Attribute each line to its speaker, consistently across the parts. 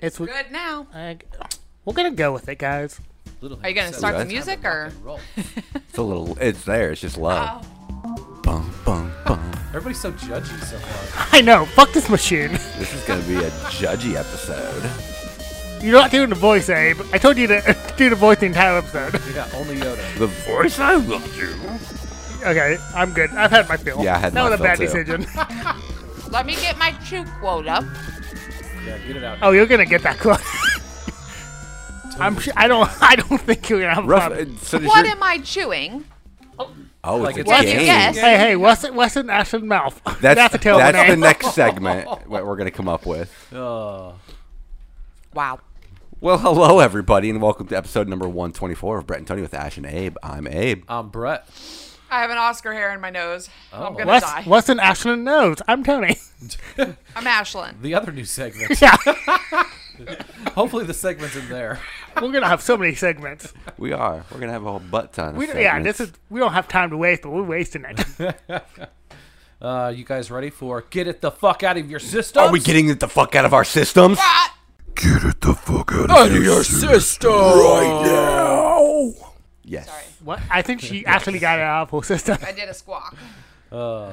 Speaker 1: It's we-
Speaker 2: Good now.
Speaker 1: I- we're gonna go with it, guys.
Speaker 3: Little
Speaker 2: Are you gonna
Speaker 3: Hank
Speaker 2: start the
Speaker 3: says,
Speaker 2: music
Speaker 3: "Time to
Speaker 2: or?
Speaker 3: rock and roll."
Speaker 4: It's a little. It's there. It's just loud.
Speaker 2: Oh.
Speaker 4: Bum bum bum.
Speaker 3: Everybody's so judgy so far.
Speaker 1: I know. Fuck this machine.
Speaker 4: This is gonna be a judgy episode.
Speaker 1: You're not doing the voice, Abe. I told you to do the voice the entire episode.
Speaker 3: Yeah, only Yoda.
Speaker 4: The voice I will do.
Speaker 1: Okay, I'm good. I've had my fill.
Speaker 4: Yeah, I had
Speaker 1: that
Speaker 4: my
Speaker 1: was a
Speaker 4: fill,
Speaker 1: bad
Speaker 4: too.
Speaker 1: decision.
Speaker 2: Let me get my chew quote up.
Speaker 3: Yeah, get it out.
Speaker 1: oh, you're gonna get that close. I'm. Sh- I don't. I don't think you're gonna have a
Speaker 4: Rough.
Speaker 1: problem.
Speaker 4: uh, So does
Speaker 2: What
Speaker 4: your-
Speaker 2: am I chewing?
Speaker 4: oh,
Speaker 3: Like
Speaker 4: it's
Speaker 3: it's
Speaker 4: a
Speaker 2: a
Speaker 4: game.
Speaker 2: guess.
Speaker 1: Hey, hey, Wesson, Wesson, Ashton, mouth.
Speaker 4: That's,
Speaker 1: That's, a eh? terrible
Speaker 4: That's the
Speaker 1: name.
Speaker 4: next segment. What we're gonna come up with.
Speaker 3: Oh,
Speaker 2: Wow.
Speaker 4: Well, hello everybody, and welcome to episode number 124 of Brett and Tony with Ash and Abe. I'm Abe.
Speaker 3: I'm Um, Brett.
Speaker 2: I have an Oscar hair in my nose.
Speaker 4: Oh.
Speaker 2: I'm gonna
Speaker 1: Wes,
Speaker 2: die.
Speaker 1: Wesson, Ashton knows. I'm Tony.
Speaker 2: I'm Ashlyn.
Speaker 3: The other new segment.
Speaker 1: Yeah,
Speaker 3: Hopefully the segment's in there.
Speaker 1: we're gonna have so many segments.
Speaker 4: We are. We're gonna have a whole butt ton. Of
Speaker 1: We don't, yeah,
Speaker 4: segments.
Speaker 1: this is. We don't have time to waste, but we're wasting it.
Speaker 3: Uh, you guys ready for get it the fuck out of your system?
Speaker 4: Are we getting it the fuck out of our systems?
Speaker 2: Ah!
Speaker 4: Get it the fuck out of your system right now. Yes.
Speaker 1: what? I think she actually got it out of her system.
Speaker 2: I did a squawk.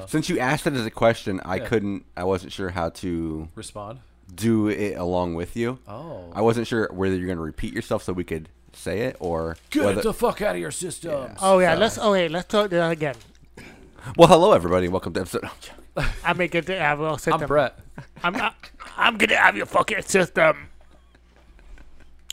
Speaker 4: Since you asked it as a question, I couldn't. I wasn't sure how to
Speaker 3: respond?
Speaker 4: do it along with you.
Speaker 3: Oh.
Speaker 4: I wasn't sure whether you're gonna repeat yourself so we could say it or
Speaker 3: Get
Speaker 4: whether-
Speaker 3: it the fuck out of your system.
Speaker 1: Oh yeah, let's. Oh wait, let's do that again.
Speaker 4: well, hello everybody, and welcome to episode. oh,
Speaker 1: I make it to have a system.
Speaker 3: I'm Brett.
Speaker 1: I'm not, I'm gonna have your fucking system.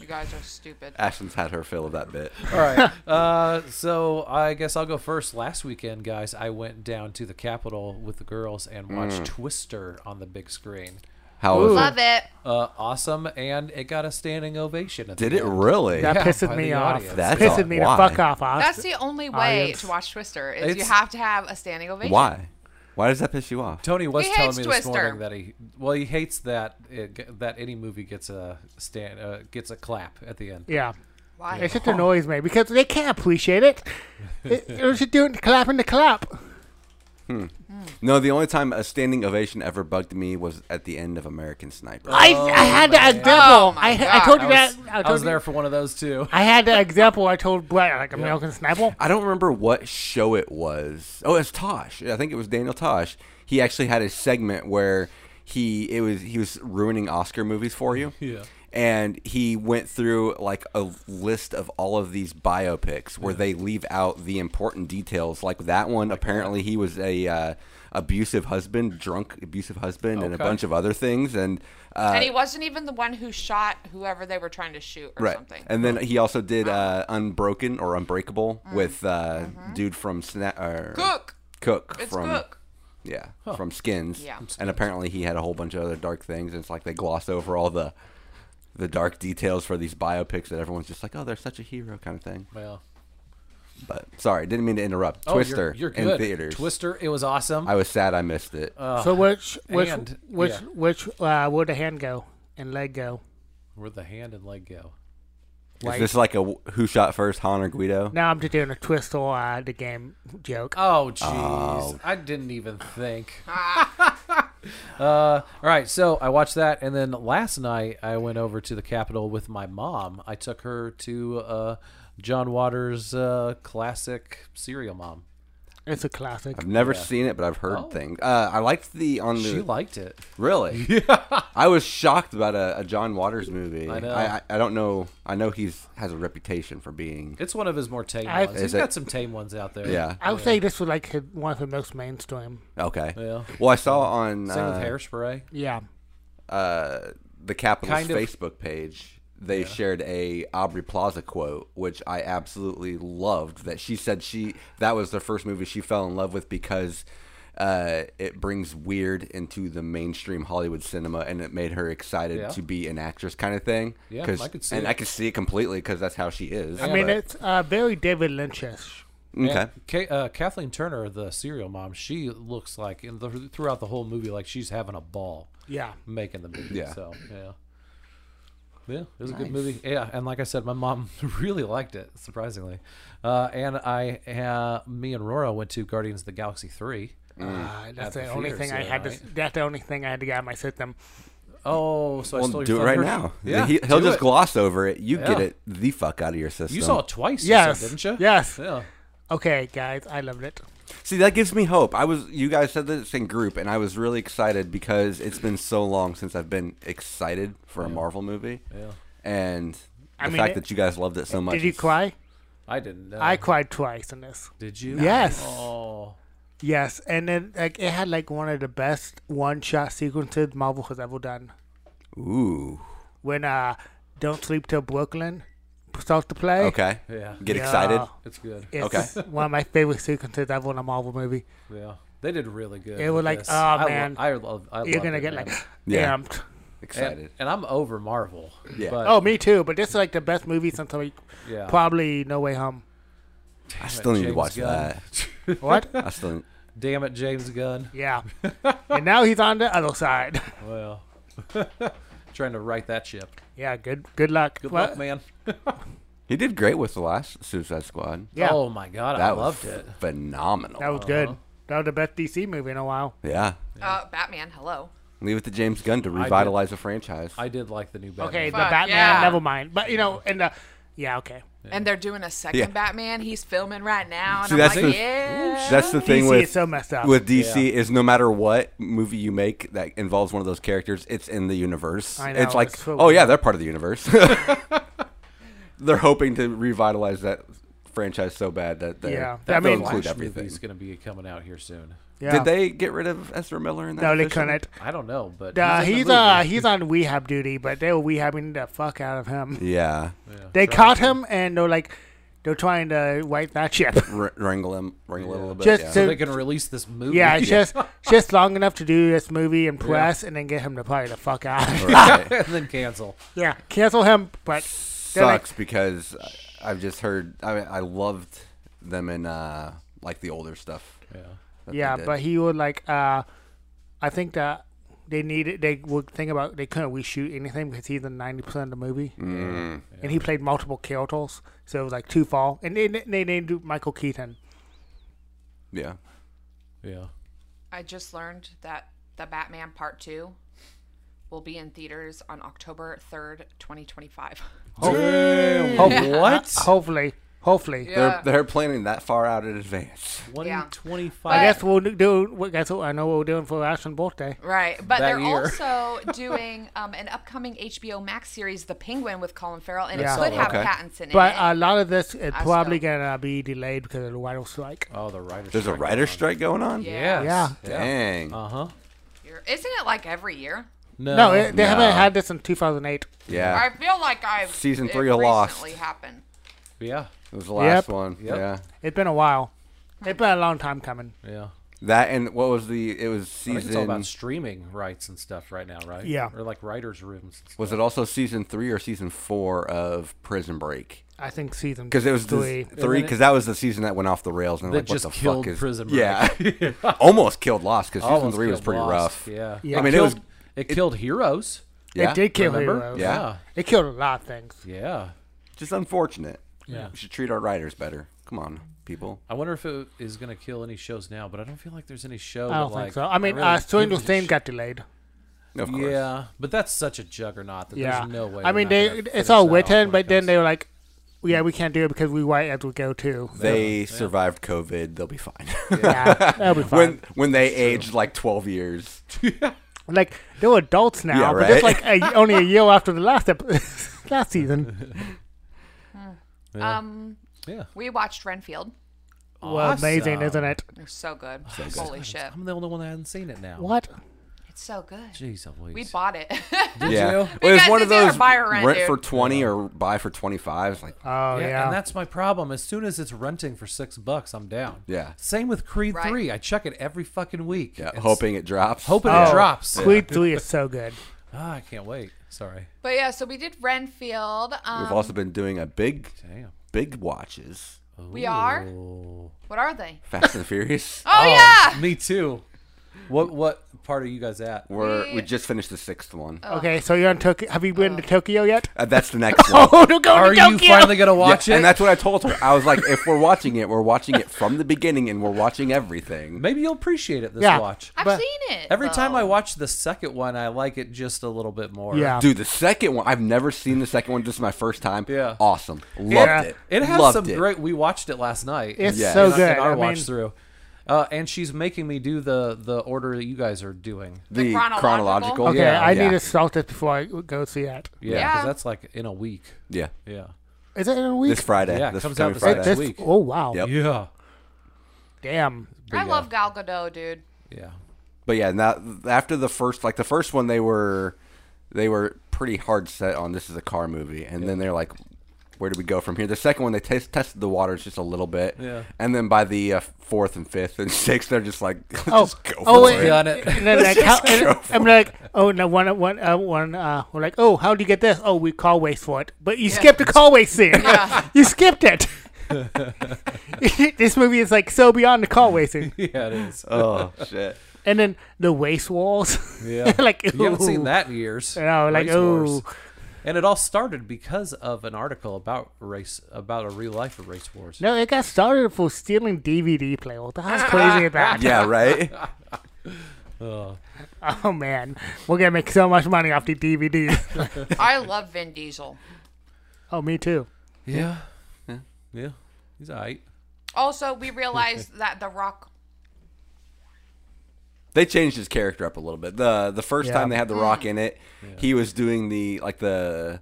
Speaker 2: You guys are stupid.
Speaker 4: Ashton's had her fill of that bit.
Speaker 3: All right. Uh, so I guess I'll go first. Last weekend, guys, I went down to the Capitol with the girls
Speaker 4: Mm.
Speaker 3: and watched Twister on the big screen.
Speaker 4: How was it?
Speaker 2: Love it.
Speaker 3: Uh, awesome, and it got a standing ovation. At
Speaker 4: Did
Speaker 3: the
Speaker 4: it
Speaker 3: end.
Speaker 4: really?
Speaker 1: That
Speaker 3: Yeah,
Speaker 1: pisses
Speaker 3: by
Speaker 1: me
Speaker 3: the
Speaker 1: off.
Speaker 3: audience.
Speaker 4: That's
Speaker 1: pissing
Speaker 4: a-
Speaker 1: me
Speaker 4: why?
Speaker 1: the fuck off. Oz.
Speaker 2: That's the only way
Speaker 1: Audience.
Speaker 2: to watch Twister is you
Speaker 3: It's-
Speaker 2: have to have a standing ovation.
Speaker 4: Why? Why does that piss you off?
Speaker 3: Tony was
Speaker 2: He
Speaker 3: telling
Speaker 2: hates
Speaker 3: me this
Speaker 2: Twister.
Speaker 3: morning that he well he hates that it, g- that any movie gets a stand uh, gets a clap at the end.
Speaker 1: yeah.
Speaker 2: Why?
Speaker 1: It just annoys me because they can't appreciate it. it they're just doing clapping to clap.
Speaker 4: No, the only time a standing ovation ever bugged me was at the end of American Sniper.
Speaker 1: I, I had an
Speaker 2: Oh
Speaker 1: example.
Speaker 2: my
Speaker 1: I, I
Speaker 2: God.
Speaker 1: told you
Speaker 3: I was,
Speaker 1: that.
Speaker 3: I
Speaker 1: told
Speaker 3: was
Speaker 1: you-
Speaker 3: there for one of those too.
Speaker 1: I had an example. I told Brett like American Sniper.
Speaker 4: I don't remember what show it was. Oh, it's Tosh. I think it was Daniel Tosh. He actually had a segment where he it was he was ruining Oscar movies for you.
Speaker 3: Yeah.
Speaker 4: And he went through like a list of all of these biopics where they leave out the important details. Like that one, apparently he was a uh, abusive husband, drunk abusive husband, and a
Speaker 3: Okay.
Speaker 4: bunch of other things. And uh,
Speaker 2: And he wasn't even the one who shot whoever they were trying to shoot or
Speaker 4: right.
Speaker 2: something.
Speaker 4: And then he also did uh, Unbroken or Unbreakable with uh, dude from Sna- or
Speaker 2: Cook.
Speaker 4: Cook
Speaker 2: It's
Speaker 4: from
Speaker 2: Cook.
Speaker 4: yeah from Skins.
Speaker 2: Yeah. From
Speaker 4: And apparently he had a whole bunch of other dark things. And it's like they gloss over all the the dark details for these biopics that everyone's just like, oh, they're such a hero kind of thing.
Speaker 3: Well,
Speaker 4: But sorry, didn't mean to interrupt.
Speaker 3: oh, you're-
Speaker 4: Twister
Speaker 3: you're,
Speaker 4: in
Speaker 3: good. Uh,
Speaker 4: theaters.
Speaker 3: Twister, it was awesome.
Speaker 4: I was sad I missed it.
Speaker 1: so which which
Speaker 3: and-
Speaker 1: which
Speaker 3: yeah.
Speaker 1: which uh, where'd the hand go and leg go?
Speaker 3: Where the hand and leg go?
Speaker 4: Is this like a wh- who shot first, Han or Guido?
Speaker 1: Now I'm just doing a twist or uh, the game joke.
Speaker 3: Oh, jeez. I didn't even think. uh, all right, so I watched that, and then last night I went over to the Capitol with my mom. I took her to uh, John Waters' uh, classic Serial Mom.
Speaker 1: It's a classic.
Speaker 4: I've never seen it, but I've heard things. Uh, I liked the on the
Speaker 3: Oh. She liked it.
Speaker 4: Really? I was shocked about a, a John Waters movie. I,
Speaker 3: know.
Speaker 4: I I don't know. I know he's has a reputation for being.
Speaker 3: It's one of his more tame
Speaker 1: I-
Speaker 3: ones.
Speaker 1: Is
Speaker 3: He's
Speaker 4: it-
Speaker 3: got some tame ones out there.
Speaker 4: Yeah.
Speaker 1: I would say this was like his, one of the most mainstream.
Speaker 4: Okay.
Speaker 3: Yeah.
Speaker 4: Well, I saw on
Speaker 3: Same with
Speaker 4: uh,
Speaker 3: Hairspray.
Speaker 1: Yeah.
Speaker 4: uh, the Capitals
Speaker 3: Kind of-
Speaker 4: Facebook page. They shared a Aubrey Plaza quote, which I absolutely loved. That she said she that was the first movie she fell in love with because uh, it brings weird into the mainstream Hollywood cinema, and it made her excited
Speaker 3: Yeah.
Speaker 4: to be an actress, kind of thing.
Speaker 3: Yeah,
Speaker 4: 'Cause-
Speaker 3: I could see
Speaker 4: and
Speaker 3: it.
Speaker 4: I could see it completely because that's how she is.
Speaker 1: I mean,
Speaker 4: but-
Speaker 1: it's uh, very David Lynchish.
Speaker 4: okay.
Speaker 3: And Ka- uh, Kathleen Turner, the Serial Mom, she looks like in the, throughout the whole movie like she's having a ball.
Speaker 1: Yeah.
Speaker 3: making the movie.
Speaker 4: Yeah.
Speaker 3: So yeah. Yeah, it was a good movie. Yeah, and like I said, my mom really liked it, surprisingly. Uh, and I, uh, me and Rora went to Guardians of the Galaxy three.
Speaker 1: Uh, that's
Speaker 3: At
Speaker 1: the,
Speaker 3: the
Speaker 1: only
Speaker 3: theaters,
Speaker 1: thing I
Speaker 3: yeah,
Speaker 1: had to.
Speaker 3: right?
Speaker 1: That's the only thing I had to get out of my system.
Speaker 3: Oh, so I
Speaker 4: Well,
Speaker 3: stole your
Speaker 4: do it right
Speaker 3: thunder?
Speaker 4: now.
Speaker 3: Yeah,
Speaker 4: he, will
Speaker 3: do
Speaker 4: just
Speaker 3: it.
Speaker 4: gloss over it. You get
Speaker 3: Yeah.
Speaker 4: it the fuck out of your system.
Speaker 3: You saw it twice, you
Speaker 1: Yes.
Speaker 3: said, didn't you?
Speaker 1: Yes.
Speaker 3: Yeah.
Speaker 1: Okay, guys, I loved it.
Speaker 4: See, that gives me hope. I was, you guys said this in group, and I was really excited because it's been so long since I've been excited for a Marvel movie.
Speaker 3: Yeah.
Speaker 4: And the
Speaker 1: I mean,
Speaker 4: fact
Speaker 1: it-
Speaker 4: that you guys loved it so much.
Speaker 1: Did you
Speaker 4: is-
Speaker 1: cry?
Speaker 3: I didn't. Know.
Speaker 1: I cried twice in this.
Speaker 3: Did you?
Speaker 1: Yes.
Speaker 3: Oh.
Speaker 1: Yes, and then like it had like one of the best one-shot sequences Marvel has ever done.
Speaker 4: Ooh.
Speaker 1: When uh, "Don't Sleep Till Brooklyn" starts to play.
Speaker 4: Okay.
Speaker 3: Yeah.
Speaker 4: Get
Speaker 1: Yeah.
Speaker 4: excited.
Speaker 3: It's good.
Speaker 1: It's
Speaker 4: Okay.
Speaker 1: one of my favorite sequences ever in a Marvel movie.
Speaker 3: Yeah. They did really good.
Speaker 1: It was
Speaker 3: with
Speaker 1: like,
Speaker 3: this.
Speaker 1: oh,
Speaker 3: I
Speaker 1: man.
Speaker 3: Lo- I love. I
Speaker 1: You're
Speaker 3: loved
Speaker 1: gonna
Speaker 3: it,
Speaker 1: get
Speaker 3: man.
Speaker 1: like
Speaker 4: Yeah.
Speaker 1: amped.
Speaker 4: Excited.
Speaker 3: And, and I'm over Marvel.
Speaker 4: Yeah.
Speaker 3: But,
Speaker 1: Oh, me too. But this is like the best movie since like
Speaker 3: yeah.
Speaker 1: probably No Way Home.
Speaker 4: I still need to
Speaker 3: James
Speaker 4: watch
Speaker 3: Gunn.
Speaker 4: that.
Speaker 1: What?
Speaker 4: I still.
Speaker 3: Damn it, James Gunn.
Speaker 1: Yeah. and now he's on the other side.
Speaker 3: Well, trying to right that ship.
Speaker 1: Yeah. Good. Good luck.
Speaker 3: Good
Speaker 1: Well,
Speaker 3: luck, man.
Speaker 4: He did great with the last Suicide Squad.
Speaker 1: Yeah.
Speaker 3: Oh Uh-huh. my God,
Speaker 4: That
Speaker 3: I
Speaker 4: was
Speaker 3: loved it.
Speaker 4: phenomenal.
Speaker 1: That was good. That was the best DC movie in a while.
Speaker 4: yeah.
Speaker 2: Uh, Batman, hello.
Speaker 4: Leave it to James Gunn to revitalize a franchise.
Speaker 3: I did like the new Batman.
Speaker 1: Okay, the
Speaker 2: Fuck,
Speaker 1: Batman.
Speaker 2: yeah.
Speaker 1: Never mind. But you know, and the yeah. Okay.
Speaker 2: And they're doing a second
Speaker 4: Yeah.
Speaker 2: Batman. He's filming right now. And
Speaker 4: See,
Speaker 2: I'm
Speaker 4: that's
Speaker 2: like,
Speaker 4: the-
Speaker 2: yeah.
Speaker 4: That's the thing
Speaker 1: DC
Speaker 4: with
Speaker 1: is so messed up.
Speaker 4: with DC is no matter what movie you make that involves one of those characters, it's in the universe.
Speaker 1: I know,
Speaker 4: it's like,
Speaker 1: it's so
Speaker 4: oh yeah,
Speaker 1: weird.
Speaker 4: they're part of the universe. they're hoping to revitalize that franchise so bad that they
Speaker 1: Yeah.
Speaker 4: yeah.
Speaker 1: I
Speaker 4: that will
Speaker 1: mean-
Speaker 4: include
Speaker 3: Flash
Speaker 4: everything.
Speaker 3: movie's going to be coming out here soon.
Speaker 1: yeah.
Speaker 4: Did they get rid of Ezra Miller in that?
Speaker 1: No, they
Speaker 4: officially?
Speaker 1: couldn't.
Speaker 3: I don't know, but
Speaker 1: Uh,
Speaker 3: in the
Speaker 1: he's
Speaker 3: movie.
Speaker 1: uh he's on rehab duty, but they were rehabbing the fuck out of him.
Speaker 4: Yeah,
Speaker 1: They caught him and they're like, they're trying to wipe that ship.
Speaker 4: R- wrangle him, wrangle him a little bit.
Speaker 1: Just
Speaker 4: yeah.
Speaker 1: to-
Speaker 3: they can release this movie.
Speaker 1: Yeah, it's just just long enough to do this movie and press, and then get him to probably the fuck out.
Speaker 4: Right.
Speaker 3: and then cancel.
Speaker 1: yeah, cancel him, but they're like-
Speaker 4: sucks because I- I've just heard. I mean, I loved them in uh, like the older stuff.
Speaker 3: Yeah.
Speaker 4: that they
Speaker 1: yeah,
Speaker 4: did.
Speaker 1: but he would like uh, I think that they needed they would think about they couldn't reshoot anything because he's in ninety percent of the movie, and he played multiple characters, so it was like too far. And they they named Michael Keaton.
Speaker 4: yeah.
Speaker 3: Yeah.
Speaker 2: I just learned that the Batman Part 2 will be in theaters on October 3rd, 2025.
Speaker 3: Oh, what?
Speaker 1: Hopefully, hopefully.
Speaker 2: Yeah.
Speaker 4: They're, they're planning that far out in advance.
Speaker 3: 125.
Speaker 1: I guess we'll do. I guess I know what we're doing for Ashton's birthday.
Speaker 2: Right. But
Speaker 3: That
Speaker 2: they're
Speaker 3: year.
Speaker 2: also doing um, an upcoming HBO Max series, The Penguin, with Colin Farrell, and
Speaker 1: Yeah.
Speaker 2: it could have
Speaker 4: Okay.
Speaker 2: Pattinson in
Speaker 1: But
Speaker 2: it.
Speaker 1: a lot of this is
Speaker 2: I
Speaker 1: probably
Speaker 2: still-
Speaker 1: gonna be delayed because of the writer strike.
Speaker 3: Oh, the writer's
Speaker 4: There's a
Speaker 3: strike
Speaker 4: writer
Speaker 3: going
Speaker 4: strike going on.
Speaker 2: Yeah.
Speaker 3: on. Yes.
Speaker 1: Yeah.
Speaker 4: Dang.
Speaker 3: Uh huh.
Speaker 2: You're- Isn't it like every year?
Speaker 3: No.
Speaker 1: No, it, they
Speaker 4: no.
Speaker 1: haven't had this in 2008.
Speaker 4: yeah.
Speaker 2: I feel like I've.
Speaker 4: Season
Speaker 2: it
Speaker 4: three of Lost.
Speaker 2: recently happened.
Speaker 3: yeah.
Speaker 4: It was the
Speaker 1: Yep.
Speaker 4: last one.
Speaker 3: Yep.
Speaker 4: Yeah.
Speaker 1: It's been a while. It's been a long time coming.
Speaker 3: Yeah.
Speaker 4: That and what was the? It was
Speaker 3: I think it's all
Speaker 4: season.
Speaker 3: about streaming rights and stuff right now, right?
Speaker 1: Yeah.
Speaker 3: Or like writers' rooms. and
Speaker 4: Was it also season three or season four of Prison Break?
Speaker 1: I think season
Speaker 4: Because it was
Speaker 1: three.
Speaker 4: three. Three.
Speaker 3: then it-
Speaker 4: Because that was the season that went off the rails and
Speaker 3: That
Speaker 4: like
Speaker 3: just
Speaker 4: what the
Speaker 3: killed
Speaker 4: fuck is
Speaker 3: Prison
Speaker 4: Yeah. Almost killed Lost because season
Speaker 3: Almost
Speaker 4: three was
Speaker 3: killed
Speaker 4: pretty
Speaker 3: Lost,
Speaker 4: rough.
Speaker 3: Yeah.
Speaker 1: Yeah.
Speaker 4: I mean, it
Speaker 3: killed,
Speaker 4: was.
Speaker 3: it, killed heroes.
Speaker 4: Yeah.
Speaker 1: It did kill
Speaker 3: Remember?
Speaker 1: heroes.
Speaker 4: Yeah.
Speaker 1: It killed a lot of things.
Speaker 3: yeah. Yeah.
Speaker 4: Just unfortunate.
Speaker 3: Yeah.
Speaker 4: We should treat our writers better. Come on, people.
Speaker 3: I wonder if it is going to kill any shows now, but I don't feel like there's any show.
Speaker 1: I don't
Speaker 3: that, like,
Speaker 1: think so. I mean,
Speaker 3: really
Speaker 1: uh,
Speaker 3: gives
Speaker 1: Stranger
Speaker 3: a
Speaker 1: Things
Speaker 3: sh-
Speaker 1: got delayed.
Speaker 4: Of course.
Speaker 3: Yeah, but that's such a juggernaut that
Speaker 1: Yeah.
Speaker 3: there's no way.
Speaker 1: I
Speaker 3: they're
Speaker 1: mean,
Speaker 3: not
Speaker 1: they
Speaker 3: gonna finish
Speaker 1: it's all
Speaker 3: that off when
Speaker 1: written,
Speaker 3: it
Speaker 1: but then
Speaker 3: comes-
Speaker 1: they were like, "Yeah, we can't do it because we write as we go too."
Speaker 4: They survived COVID. They'll be fine.
Speaker 1: Yeah, that'll be fine.
Speaker 4: when when they aged like 12 years.
Speaker 1: Like they're adults now,
Speaker 4: Yeah,
Speaker 1: but it's
Speaker 4: right.
Speaker 1: like a, only a year after the last ep- last season.
Speaker 2: Um,
Speaker 3: Yeah.
Speaker 2: we watched Renfield.
Speaker 1: Well, amazing,
Speaker 3: Awesome.
Speaker 1: isn't it?
Speaker 2: They're so good. Holy shit.
Speaker 3: I'm the only one that hasn't seen it now.
Speaker 1: What?
Speaker 2: It's so good.
Speaker 3: Jeez,
Speaker 2: We
Speaker 3: Louise.
Speaker 2: bought it.
Speaker 3: Did
Speaker 4: yeah.
Speaker 3: you?
Speaker 4: It was
Speaker 2: guys
Speaker 4: one of
Speaker 2: did the
Speaker 4: those
Speaker 2: buy or rent,
Speaker 4: rent
Speaker 2: dude.
Speaker 4: for 20 or buy for 25. It's like,
Speaker 3: Uh,
Speaker 1: Oh yeah.
Speaker 3: And that's my problem. As soon as it's renting for six bucks, I'm down.
Speaker 4: Yeah.
Speaker 3: Same with Creed
Speaker 2: Right.
Speaker 3: Three. I check it every fucking week.
Speaker 4: yeah,
Speaker 3: It's-
Speaker 4: hoping it drops. Uh,
Speaker 3: hoping it
Speaker 1: Oh,
Speaker 3: drops.
Speaker 1: Creed three is so good.
Speaker 3: Ah, I can't wait. Sorry.
Speaker 2: but yeah, so we did Renfield. Um,
Speaker 4: We've also been doing a big,
Speaker 3: Damn.
Speaker 4: big watches.
Speaker 2: We are?
Speaker 3: Ooh.
Speaker 2: What are they?
Speaker 4: Fast and Furious.
Speaker 2: Oh, yeah.
Speaker 3: Me too. What what part are you guys at?
Speaker 4: We're, we just finished the sixth one.
Speaker 2: Oh.
Speaker 1: Okay, so you're in Tokyo. Have you been to Tokyo yet?
Speaker 4: Uh, that's the next one.
Speaker 1: Oh, don't go
Speaker 3: Are
Speaker 1: to
Speaker 3: you
Speaker 1: Tokyo.
Speaker 3: finally gonna
Speaker 4: Yeah,
Speaker 3: watch
Speaker 4: And
Speaker 3: it?
Speaker 4: that's what I told her. I was like, if we're watching it, we're watching it from the beginning and we're watching everything.
Speaker 3: Maybe you'll appreciate it this
Speaker 1: Yeah.
Speaker 3: watch.
Speaker 2: I've
Speaker 1: But
Speaker 2: seen it.
Speaker 3: Every time I
Speaker 2: though.
Speaker 3: watch the second one, I like it just a little bit more.
Speaker 1: yeah,
Speaker 4: Dude, the second one, I've never seen the second one. This is my first time.
Speaker 3: Yeah.
Speaker 4: Awesome. Loved
Speaker 1: Yeah.
Speaker 4: it.
Speaker 3: It has
Speaker 4: Loved
Speaker 3: some
Speaker 4: it.
Speaker 3: great. We watched it last night.
Speaker 1: It's
Speaker 4: Yeah.
Speaker 1: so
Speaker 4: And I-
Speaker 1: good.
Speaker 3: In our
Speaker 1: I
Speaker 3: watch
Speaker 1: mean,
Speaker 3: through, uh, and she's making me do the the order that you guys are doing.
Speaker 4: The,
Speaker 2: The chronological?
Speaker 4: chronological.
Speaker 1: okay,
Speaker 3: Yeah,
Speaker 1: I
Speaker 4: yeah.
Speaker 1: need to salt it before I go see that.
Speaker 3: Yeah, 'cause
Speaker 2: Yeah.
Speaker 3: that's like in a week.
Speaker 4: Yeah.
Speaker 3: Yeah,
Speaker 1: Is it in a week?
Speaker 4: This Friday.
Speaker 3: Yeah, it
Speaker 4: this
Speaker 3: comes
Speaker 4: coming
Speaker 3: out this
Speaker 4: Friday.
Speaker 3: next
Speaker 1: This-
Speaker 3: week.
Speaker 1: Oh wow!
Speaker 4: Yep.
Speaker 3: yeah,
Speaker 1: Damn.
Speaker 2: I love Gal Gadot, dude.
Speaker 3: yeah.
Speaker 4: But yeah, now after the first, like the first one, they were they were pretty hard set on this is a car movie, and then they're like, where do we go from here? The second one, they t- tested the waters just a little bit,
Speaker 3: Yeah.
Speaker 4: and then by the uh, fourth and fifth and sixth, they're just like,
Speaker 1: Oh,
Speaker 4: just go
Speaker 1: oh,
Speaker 4: for
Speaker 1: and,
Speaker 3: Got it.
Speaker 1: and then like, how, and I'm like, oh no, one, one, uh, one. Uh, we're like, oh, how do you get this? Oh, we call waste for it, but you skipped a call waste scene. you skipped it. this movie is like so beyond the call wasting,
Speaker 3: Yeah, it is.
Speaker 4: Oh shit!
Speaker 1: and then the waste walls.
Speaker 3: Yeah.
Speaker 1: like
Speaker 3: you haven't
Speaker 1: ooh.
Speaker 3: seen that in years.
Speaker 1: No, like,
Speaker 3: Race Wars.
Speaker 1: ooh.
Speaker 3: And it all started because of an article about race, about a real life of race wars.
Speaker 1: No, it got started for stealing DVD player. What the hell's crazy about that?
Speaker 4: Yeah, right.
Speaker 1: Oh man, we're gonna make so much money off the DVD.
Speaker 2: I love Vin Diesel.
Speaker 1: oh, me too.
Speaker 3: Yeah, yeah, He's alright.
Speaker 2: Also, we realized that The Rock.
Speaker 4: They changed his character up a little bit. the The first
Speaker 1: Yeah.
Speaker 4: time they had The Rock in it, he was doing the like the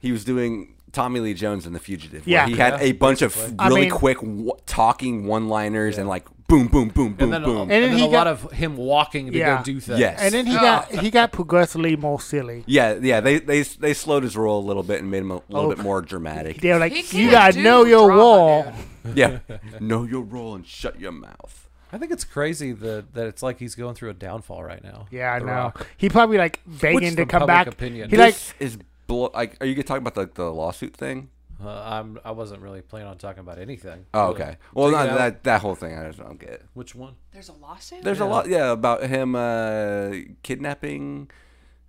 Speaker 4: he was doing Tommy Lee Jones in The Fugitive. where
Speaker 1: Yeah.
Speaker 4: he had a bunch of
Speaker 1: I
Speaker 4: really
Speaker 1: mean-
Speaker 4: quick w- talking one liners and like boom, boom, boom, boom,
Speaker 3: And then, um,
Speaker 4: boom.
Speaker 3: and
Speaker 1: then
Speaker 3: then
Speaker 1: he
Speaker 3: a lot
Speaker 1: got-
Speaker 3: of him walking to
Speaker 1: Yeah.
Speaker 3: go do things.
Speaker 4: Yes.
Speaker 1: And then he got he got progressively more silly.
Speaker 4: yeah, yeah. They they they slowed his role a little bit and made him a little
Speaker 1: Oh.
Speaker 4: bit more dramatic.
Speaker 1: They were
Speaker 2: He
Speaker 1: like, you
Speaker 2: can't
Speaker 1: gotta
Speaker 2: do
Speaker 1: know your
Speaker 2: drama,
Speaker 1: wall.
Speaker 2: dude.
Speaker 4: yeah, know your role and shut your mouth.
Speaker 3: I think it's crazy that that it's like he's going through a downfall right now.
Speaker 1: Yeah, I
Speaker 3: The
Speaker 1: know.
Speaker 3: Rock.
Speaker 1: He probably like
Speaker 3: What's
Speaker 1: begging to
Speaker 3: the
Speaker 1: come
Speaker 3: public
Speaker 1: back.
Speaker 3: opinion?
Speaker 1: He like
Speaker 4: This is blo- like, are you talking about the, the lawsuit thing?
Speaker 3: Uh, I'm. I wasn't really planning on talking about anything.
Speaker 4: Oh,
Speaker 3: really.
Speaker 4: okay. Well,
Speaker 3: Take it
Speaker 4: not
Speaker 3: out.
Speaker 4: that that whole thing. I just don't get.
Speaker 3: Which one?
Speaker 2: There's a lawsuit.
Speaker 4: There's a lot, yeah, about him uh, kidnapping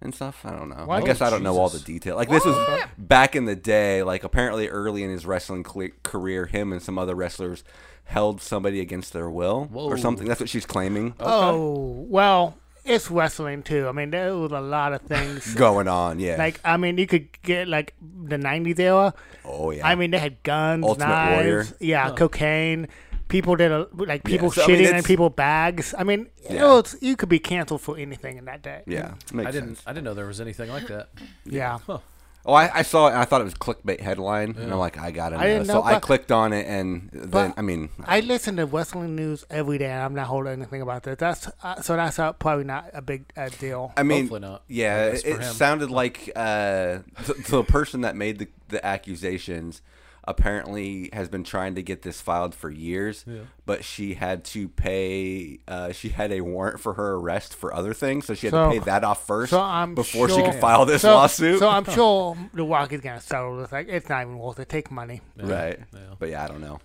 Speaker 4: and stuff. I don't know. I
Speaker 1: What?
Speaker 4: guess I don't know all the
Speaker 3: Jesus.
Speaker 4: detail. Like this was back in the day. Like apparently early in his wrestling cle career, him and some other wrestlers held somebody against their will
Speaker 3: Whoa.
Speaker 4: or something. That's what she's claiming
Speaker 1: oh well, it's wrestling too. I mean, there was a lot of things.
Speaker 4: going on. Yeah.
Speaker 1: like I mean, you could get like the '90s era.
Speaker 4: oh yeah.
Speaker 1: I mean, they had guns,
Speaker 4: Ultimate
Speaker 1: knives,
Speaker 4: Warrior.
Speaker 1: yeah, cocaine. People did a, like people
Speaker 4: so, I mean,
Speaker 1: shitting in
Speaker 4: it's-
Speaker 1: people bags. I mean, you
Speaker 4: Yeah.
Speaker 1: know, it's, you could be canceled for anything in that day.
Speaker 4: yeah. Makes
Speaker 3: I didn't.
Speaker 4: sense.
Speaker 3: I didn't know there was anything like that.
Speaker 1: yeah.
Speaker 4: Oh, I, I saw it. And I thought it was clickbait headline, and I'm like, I gotta know.
Speaker 1: I didn't
Speaker 4: so
Speaker 1: know,
Speaker 4: I
Speaker 1: but-
Speaker 4: clicked on it, and then I mean,
Speaker 1: I listen to wrestling news every day, and I'm not holding anything about that. That's uh, so that's uh, probably not a big uh, deal.
Speaker 4: I mean,
Speaker 3: Hopefully not.
Speaker 4: Yeah,
Speaker 3: I guess
Speaker 4: it,
Speaker 3: for
Speaker 4: it
Speaker 3: him.
Speaker 4: sounded like uh, th- the person that made the, the accusations apparently has been trying to get this filed for years, but she had to pay. Uh, she had a warrant for her arrest for other things, so she had
Speaker 1: So-
Speaker 4: to pay that off first
Speaker 1: so I'm
Speaker 4: before she
Speaker 1: sure-
Speaker 4: could file this
Speaker 1: so,
Speaker 4: lawsuit.
Speaker 1: So I'm sure the Rock is gonna settle this. Like it's not even worth it. Take money.
Speaker 4: right, but yeah, I don't know.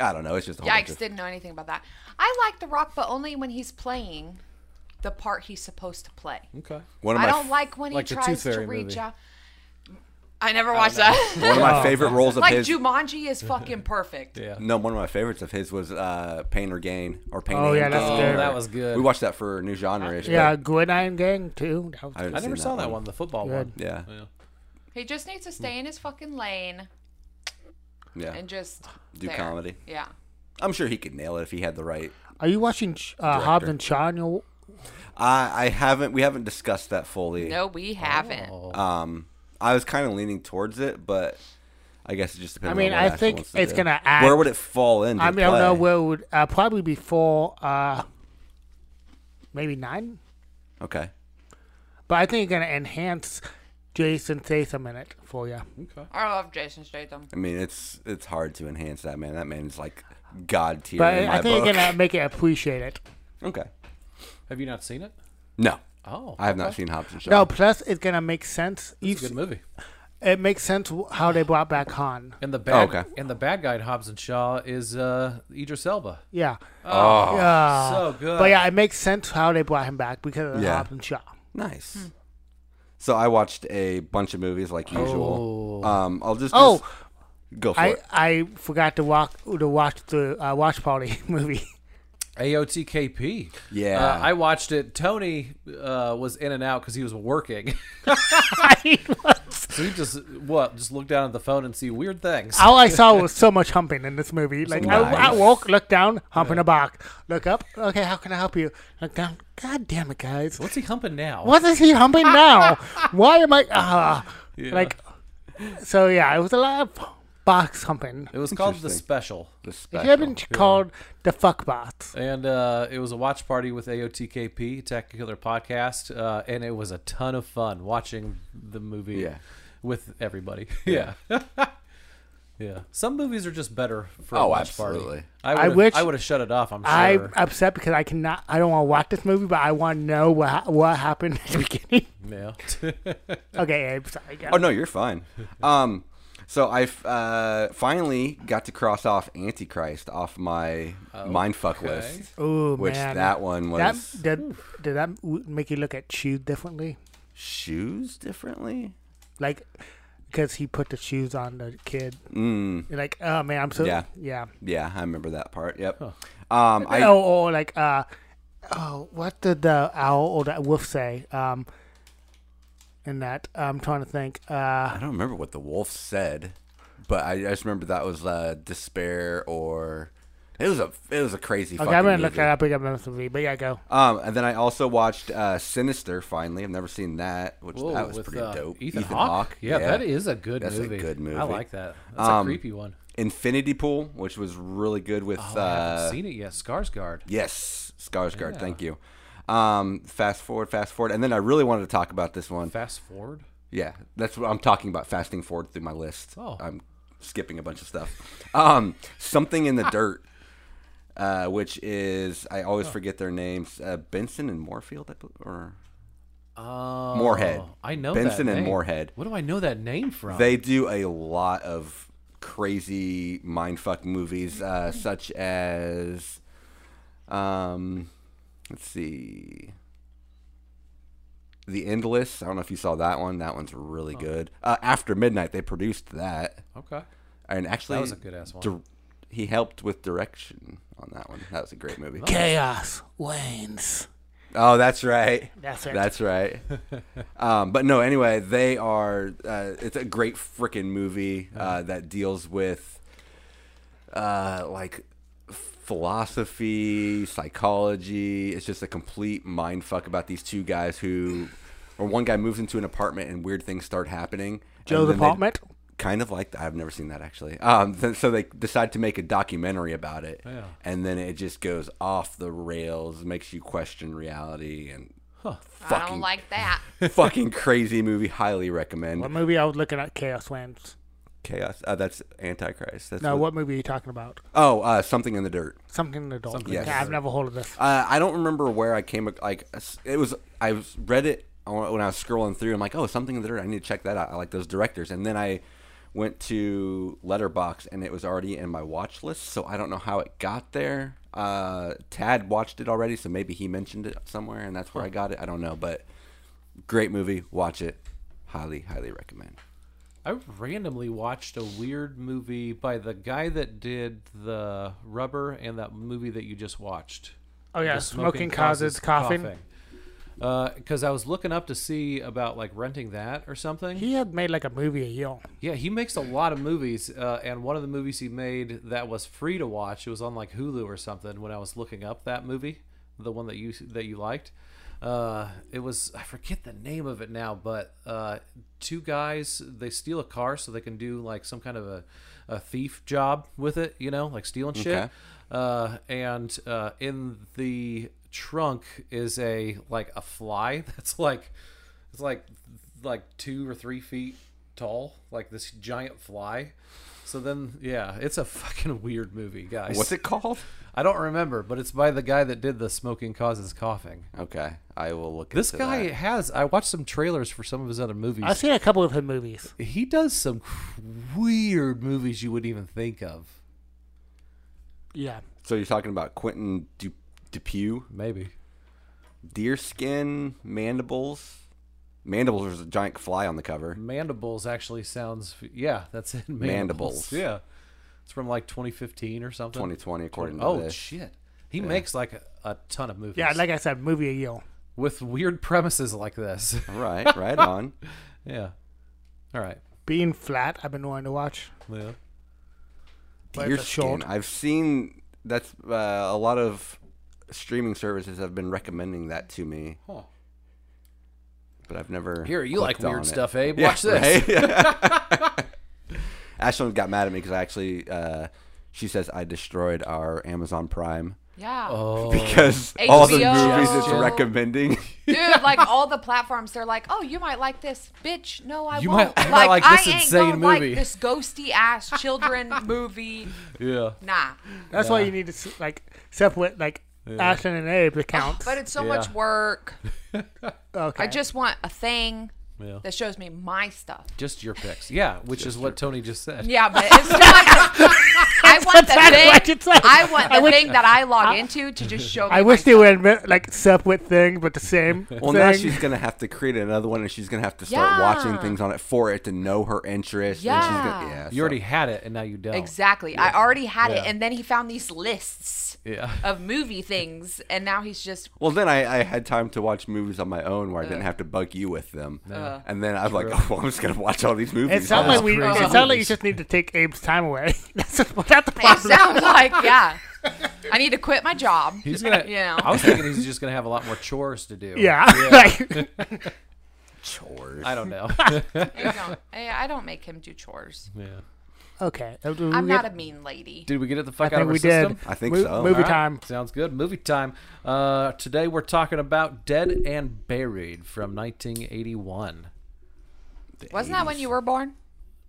Speaker 4: I don't know. It's just a whole bunch
Speaker 2: Yikes!
Speaker 4: of-
Speaker 2: Didn't know anything about that. I like The Rock, but only when he's playing the part he's supposed to play.
Speaker 3: Okay.
Speaker 4: one of
Speaker 2: I
Speaker 4: my
Speaker 2: don't like when
Speaker 3: like
Speaker 2: he
Speaker 3: the Tooth
Speaker 2: tries to
Speaker 3: Fairy
Speaker 2: reach
Speaker 3: movie.
Speaker 2: out. I never watched that.
Speaker 4: one of
Speaker 1: Oh,
Speaker 4: my favorite roles of
Speaker 2: like
Speaker 4: his.
Speaker 2: Jumanji is fucking perfect.
Speaker 3: Yeah.
Speaker 4: No, one of my favorites of his was uh, Pain or Gain or Pain.
Speaker 1: Oh,
Speaker 4: and
Speaker 1: yeah, that's
Speaker 4: Gain.
Speaker 1: good.
Speaker 3: that was good.
Speaker 4: We watched that for New Genre. Ish,
Speaker 1: Yeah, Gridiron Gang too. That was-
Speaker 4: I, haven't
Speaker 3: I never
Speaker 4: seen
Speaker 3: saw that one. The football one.
Speaker 4: Yeah,
Speaker 3: Yeah.
Speaker 2: He just needs to stay in his fucking lane
Speaker 4: yeah.
Speaker 2: and just
Speaker 4: Do
Speaker 2: there.
Speaker 4: comedy.
Speaker 2: Yeah.
Speaker 4: I'm sure he could nail it if he had the right.
Speaker 1: Are you watching uh, Hobbs and Shaw? in your-
Speaker 4: I I haven't. We haven't discussed that fully.
Speaker 2: No, we haven't.
Speaker 3: Oh.
Speaker 4: Um, I was kind of leaning towards it, but I guess it just depends.
Speaker 1: I mean,
Speaker 4: on what
Speaker 1: I
Speaker 4: Ashley
Speaker 1: think
Speaker 4: wants to
Speaker 1: it's
Speaker 4: do.
Speaker 1: gonna add-
Speaker 4: Where would it fall in?
Speaker 1: I mean, I don't know where it would uh, probably before uh, maybe nine,
Speaker 4: Okay.
Speaker 1: but I think it's gonna enhance Jason Statham in it for you.
Speaker 2: I love Jason Statham.
Speaker 4: I mean, it's it's hard to enhance that man. That man's like god tier.
Speaker 1: But
Speaker 4: in my
Speaker 1: I think
Speaker 4: book.
Speaker 1: it's gonna make it appreciate it.
Speaker 4: Okay.
Speaker 3: Have you not seen it?
Speaker 4: No,
Speaker 3: Oh,
Speaker 4: I have not seen Hobbs and Shaw.
Speaker 1: No, plus it's gonna make sense.
Speaker 3: It's a
Speaker 1: You've,
Speaker 3: good movie.
Speaker 1: it makes sense how they brought back Han.
Speaker 3: And the bad
Speaker 4: Oh, okay.
Speaker 3: and the bad guy in Hobbs and Shaw is uh, Idris Elba.
Speaker 1: Yeah.
Speaker 4: Oh,
Speaker 1: Yeah.
Speaker 3: so good.
Speaker 1: But yeah, it makes sense how they brought him back because of the
Speaker 4: Yeah.
Speaker 1: Hobbs and Shaw.
Speaker 4: nice. So I watched a bunch of movies like usual. Um, I'll just,
Speaker 1: Oh.
Speaker 4: just- go for
Speaker 1: I,
Speaker 4: it.
Speaker 1: I forgot to walk to watch the uh, watch party movie.
Speaker 3: AOTKP.
Speaker 4: Yeah.
Speaker 3: Uh, I watched it. Tony uh, was in and out because he was working. so he just what just looked down at the phone and see weird things.
Speaker 1: All I saw was so much humping in this movie. Like I, I
Speaker 4: Nice.
Speaker 1: woke, looked down, humping a box. Look up. Okay, how can I help you? Look down. God damn it, guys.
Speaker 3: What's he humping now?
Speaker 1: What is he humping now? Why am I ah like? So yeah, it was a lot of box humping.
Speaker 3: It was called the
Speaker 4: Interesting.
Speaker 3: special,
Speaker 4: The
Speaker 1: It
Speaker 4: special.
Speaker 1: should have been called the fuck box.
Speaker 3: and uh, it was a watch party with AOTKP Tacticular Podcast, uh, and it was a ton of fun watching the movie
Speaker 4: Yeah.
Speaker 3: with everybody. Yeah. Yeah, some movies are just better for a
Speaker 4: Oh,
Speaker 3: watch
Speaker 4: absolutely.
Speaker 3: party. I,
Speaker 1: I
Speaker 3: would've-
Speaker 1: wish-
Speaker 3: I would have shut it off. I'm
Speaker 1: I'm
Speaker 3: sure.
Speaker 1: upset because I cannot. I don't want to watch this movie, but I want to know what ha- what happened at the beginning.
Speaker 3: yeah.
Speaker 1: okay, Abe, sorry. go.
Speaker 4: Oh no, you're fine. Um, so I uh, finally got to cross off Antichrist off my mindfuck list,
Speaker 1: Ooh,
Speaker 4: which
Speaker 1: Oh, man.
Speaker 4: that one was
Speaker 1: That did, did that w- make you look at shoes differently?
Speaker 4: shoes differently.
Speaker 1: Like, because he put the shoes on the kid.
Speaker 4: Mm,
Speaker 1: You're like, oh man, I'm so
Speaker 4: Yeah.
Speaker 1: yeah.
Speaker 4: yeah, I remember that part. Yep. Um, I
Speaker 1: oh, or like, uh, oh, what did the owl or that wolf say? Um, in that, I'm trying to think. Uh,
Speaker 4: I don't remember what the wolf said, but I, I just remember that was uh, despair or it was a it was a crazy.
Speaker 1: okay,
Speaker 4: fucking
Speaker 1: I'm gonna
Speaker 4: movie.
Speaker 1: look that up. I got something, but yeah, go.
Speaker 4: Um, and then I also watched uh, Sinister. Finally, I've never seen that, which
Speaker 3: Whoa,
Speaker 4: that was
Speaker 3: with,
Speaker 4: pretty
Speaker 3: uh,
Speaker 4: dope.
Speaker 3: Ethan, Hawke. Yeah, that is a good
Speaker 4: That's a
Speaker 3: movie.
Speaker 4: good movie.
Speaker 3: I like that. That's
Speaker 4: Um,
Speaker 3: a creepy one.
Speaker 4: Infinity Pool, which was really good with.
Speaker 3: Oh, I
Speaker 4: uh,
Speaker 3: haven't seen it yet. Skarsgård.
Speaker 4: yes, Skarsgård. Thank you. Um, fast forward, fast forward, and then I really wanted to talk about this one.
Speaker 3: Fast forward.
Speaker 4: Yeah, that's what I'm talking about. Fasting forward through my list.
Speaker 3: Oh.
Speaker 4: I'm skipping a bunch of stuff. Um, something in the dirt, uh, which is I always forget their names. Uh, Benson and Moorfield, I bel- or
Speaker 3: Oh,
Speaker 4: Moorhead.
Speaker 3: I know
Speaker 4: Benson
Speaker 3: that
Speaker 4: and
Speaker 3: name.
Speaker 4: Moorhead.
Speaker 3: What do I know that name from?
Speaker 4: They do a lot of crazy mindfuck movies,
Speaker 3: Mm-hmm.
Speaker 4: uh, such as, um, let's see, The Endless. I don't know if you saw that one. That one's
Speaker 3: Oh.
Speaker 4: really good. Uh, After Midnight, they produced that,
Speaker 3: okay.
Speaker 4: and actually,
Speaker 3: That was a good-ass one.
Speaker 4: dir- he helped with direction on that one. That was a great movie.
Speaker 3: Oh.
Speaker 1: Chaos wanes.
Speaker 4: Oh, that's right.
Speaker 1: That's it.
Speaker 4: That's right. um, but no, anyway, they are. Uh, it's a great freaking movie uh, that deals with uh, like philosophy, psychology. It's just a complete mind fuck about these two guys who, or one guy moves into an apartment and weird things start happening.
Speaker 1: Joe's
Speaker 4: And then they-
Speaker 1: apartment.
Speaker 4: kind of like that. I've never seen that actually. Um, th- so they decide to make a documentary about it,
Speaker 1: Oh,
Speaker 3: Yeah.
Speaker 4: and then it just goes off the rails, makes you question reality, and
Speaker 2: I
Speaker 4: fucking
Speaker 2: don't like that.
Speaker 4: fucking crazy movie. Highly recommend.
Speaker 1: What movie I was looking at? Chaos wanes.
Speaker 4: Chaos. Uh, that's Antichrist. That's
Speaker 1: No,
Speaker 4: what-
Speaker 1: what movie are you talking about?
Speaker 4: Oh, uh, something in the dirt.
Speaker 1: Something in the dark.
Speaker 3: Something
Speaker 4: in
Speaker 1: Okay,
Speaker 4: the
Speaker 1: I've
Speaker 4: Dark.
Speaker 1: never heard of this.
Speaker 4: Uh, I don't remember where I came. ac- Like s- it was, I was- read it on- when I was scrolling through. I'm like, oh, something in the dirt. I need to check that out. I like those directors. And then I went to Letterbox, and it was already in my watch list. So I don't know how it got there. Uh, Tad watched it already, so maybe he mentioned it somewhere, and that's where I got it. I don't know, but great movie. Watch it. Highly, highly recommend.
Speaker 3: I randomly watched a weird movie by the guy that did the rubber and that movie that you just watched.
Speaker 1: Oh yeah,
Speaker 3: The
Speaker 1: smoking, causes, coughing.
Speaker 3: Because Uh, I was looking up to see about like renting that or something.
Speaker 1: He had made like a movie a year.
Speaker 3: Yeah, he makes a lot of movies, uh, and one of the movies he made that was free to watch. It was on like Hulu or something. When I was looking up that movie, the one that you that you liked, uh, it was I forget the name of it now, but uh, two guys they steal a car so they can do like some kind of a, a thief job with it, you know, like stealing shit.
Speaker 4: Okay.
Speaker 3: Uh, and uh, in the trunk is a like a fly that's like it's like like two or three feet tall, like this giant fly. So then, yeah, it's a fucking weird movie, guys.
Speaker 4: What's it called?
Speaker 3: I don't remember, but it's by the guy that did the smoking causes coughing.
Speaker 4: Okay, I will look.
Speaker 3: This
Speaker 4: into
Speaker 3: guy
Speaker 4: that.
Speaker 3: has. I watched some trailers for some of his other movies.
Speaker 1: I've seen a couple of his movies.
Speaker 3: he does some weird movies you wouldn't even think of.
Speaker 1: Yeah.
Speaker 4: So you're talking about Quentin Du- Depew,
Speaker 3: Maybe.
Speaker 4: deer skin, mandibles. Mandibles there's a giant fly on the cover.
Speaker 3: Mandibles actually sounds. Yeah, that's it.
Speaker 4: Mandibles.
Speaker 3: Yeah, it's from like 2015 or something.
Speaker 4: 2020 according to
Speaker 3: Oh
Speaker 4: this.
Speaker 3: shit! He makes like a, a ton of movies.
Speaker 1: Yeah, like I said, movie a year.
Speaker 3: with weird premises like this.
Speaker 4: right, right on.
Speaker 3: yeah. All right.
Speaker 1: Being flat, I've been wanting to watch.
Speaker 3: Yeah.
Speaker 1: But
Speaker 4: Deer
Speaker 1: it's a short.
Speaker 4: skin. I've seen that's uh, a lot of streaming services have been recommending that to me,
Speaker 3: Huh.
Speaker 4: but I've never.
Speaker 3: Here, you like
Speaker 4: clicked on
Speaker 3: weird
Speaker 4: it.
Speaker 3: stuff, Abe.
Speaker 4: Yeah,
Speaker 3: Watch this.
Speaker 4: right? Ashlyn got mad at me because I actually, uh, she says I destroyed our Amazon Prime
Speaker 2: Yeah.
Speaker 3: Oh.
Speaker 4: because all the
Speaker 2: HBO.
Speaker 4: movies it's
Speaker 2: Suggestion.
Speaker 4: recommending.
Speaker 2: Dude, like all the platforms, they're like, "Oh, you might like this, bitch." No, I
Speaker 3: You
Speaker 2: won't.
Speaker 3: might- you might like this
Speaker 2: I ain't
Speaker 3: insane
Speaker 2: gonna
Speaker 3: movie.
Speaker 2: Like this ghosty ass children movie.
Speaker 3: Yeah.
Speaker 2: Nah,
Speaker 1: That's why you need to s- like separate like Ashton and Abe's accounts.
Speaker 2: but it's so
Speaker 3: Yeah.
Speaker 2: much work.
Speaker 1: okay.
Speaker 2: I just want a thing
Speaker 3: Yeah.
Speaker 2: that shows me my stuff.
Speaker 3: Just your picks. Yeah, which is what Tony just said.
Speaker 2: Yeah, but it's not. I want the
Speaker 1: exactly what
Speaker 2: thing.
Speaker 1: it's like.
Speaker 2: I want the
Speaker 1: I wish-
Speaker 2: thing that I log into to just show me.
Speaker 1: I wish
Speaker 2: my
Speaker 1: they would admit like separate things, but the same
Speaker 4: Well, now
Speaker 1: thing.
Speaker 4: she's gonna have to create another one, and she's gonna have to start watching
Speaker 2: Yeah.
Speaker 4: things on it for it to know her interest. and she's gonna-
Speaker 2: Yeah.
Speaker 4: yeah.
Speaker 3: You
Speaker 4: so-
Speaker 3: already had it, and now you don't.
Speaker 2: Exactly. I already had it,
Speaker 3: Yeah.
Speaker 2: and then he found these lists
Speaker 3: Yeah.
Speaker 2: of movie things, and now he's just
Speaker 4: Well, then I, I had time to watch movies on my own where I didn't have to bug you with them.
Speaker 2: Uh.
Speaker 4: and then I was like, oh, well, I'm just gonna watch all these movies.
Speaker 1: It sounds like we.
Speaker 3: crazy
Speaker 1: It sounds like you
Speaker 3: movies.
Speaker 1: just need to take Abe's time away. that's, just, that's the
Speaker 2: It
Speaker 1: problem.
Speaker 2: sounds like yeah. I need to quit my job.
Speaker 3: He's gonna.
Speaker 2: You know.
Speaker 3: I was thinking he's just gonna have a lot more chores to do.
Speaker 1: Yeah. like,
Speaker 4: chores.
Speaker 3: I don't know.
Speaker 2: I don't, I, I don't make him do chores.
Speaker 3: yeah.
Speaker 1: okay. Uh,
Speaker 2: I'm not a mean lady.
Speaker 3: Did we get it the fuck
Speaker 1: I
Speaker 3: out of
Speaker 1: think
Speaker 3: our
Speaker 1: we
Speaker 3: system?
Speaker 1: did.
Speaker 4: I think
Speaker 1: Mo-
Speaker 4: so.
Speaker 1: Movie
Speaker 3: All right,
Speaker 1: time.
Speaker 3: Sounds good. Movie time. Uh, today we're talking about Dead and Buried from 1981.
Speaker 2: Wasn't that when you were born?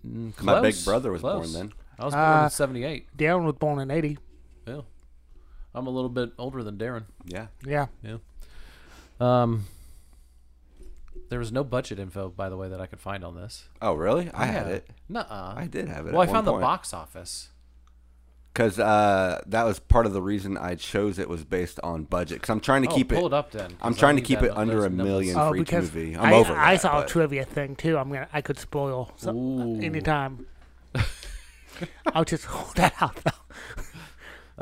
Speaker 4: My big
Speaker 3: Close.
Speaker 4: brother was
Speaker 3: Close.
Speaker 4: born then.
Speaker 3: I was born in 78.
Speaker 1: Darren was born in '80.
Speaker 3: Yeah. I'm a little bit older than Darren.
Speaker 4: Yeah.
Speaker 1: Yeah.
Speaker 3: Yeah. Um, there was no budget info, by the way, that I could find on this.
Speaker 4: Oh, really? I had
Speaker 3: Yeah.
Speaker 4: it.
Speaker 3: Nuh-uh.
Speaker 4: I did have it.
Speaker 3: Well, I found the box office.
Speaker 4: because uh, that was part of the reason I chose it was based on budget. Because I'm trying to
Speaker 3: Oh,
Speaker 4: keep
Speaker 3: pull
Speaker 4: it.
Speaker 3: it up then. 'cause
Speaker 4: I'm
Speaker 3: I
Speaker 4: trying to
Speaker 3: need
Speaker 4: keep
Speaker 3: that-
Speaker 4: it under
Speaker 3: those
Speaker 4: a
Speaker 3: numbers.
Speaker 4: million
Speaker 1: Oh,
Speaker 4: for each
Speaker 1: because
Speaker 4: movie. I'm
Speaker 1: I,
Speaker 4: over.
Speaker 1: I
Speaker 4: that,
Speaker 1: saw a
Speaker 4: but-
Speaker 1: trivia thing too. I'm gonna. I could spoil so, anytime. I'll just hold that out. though.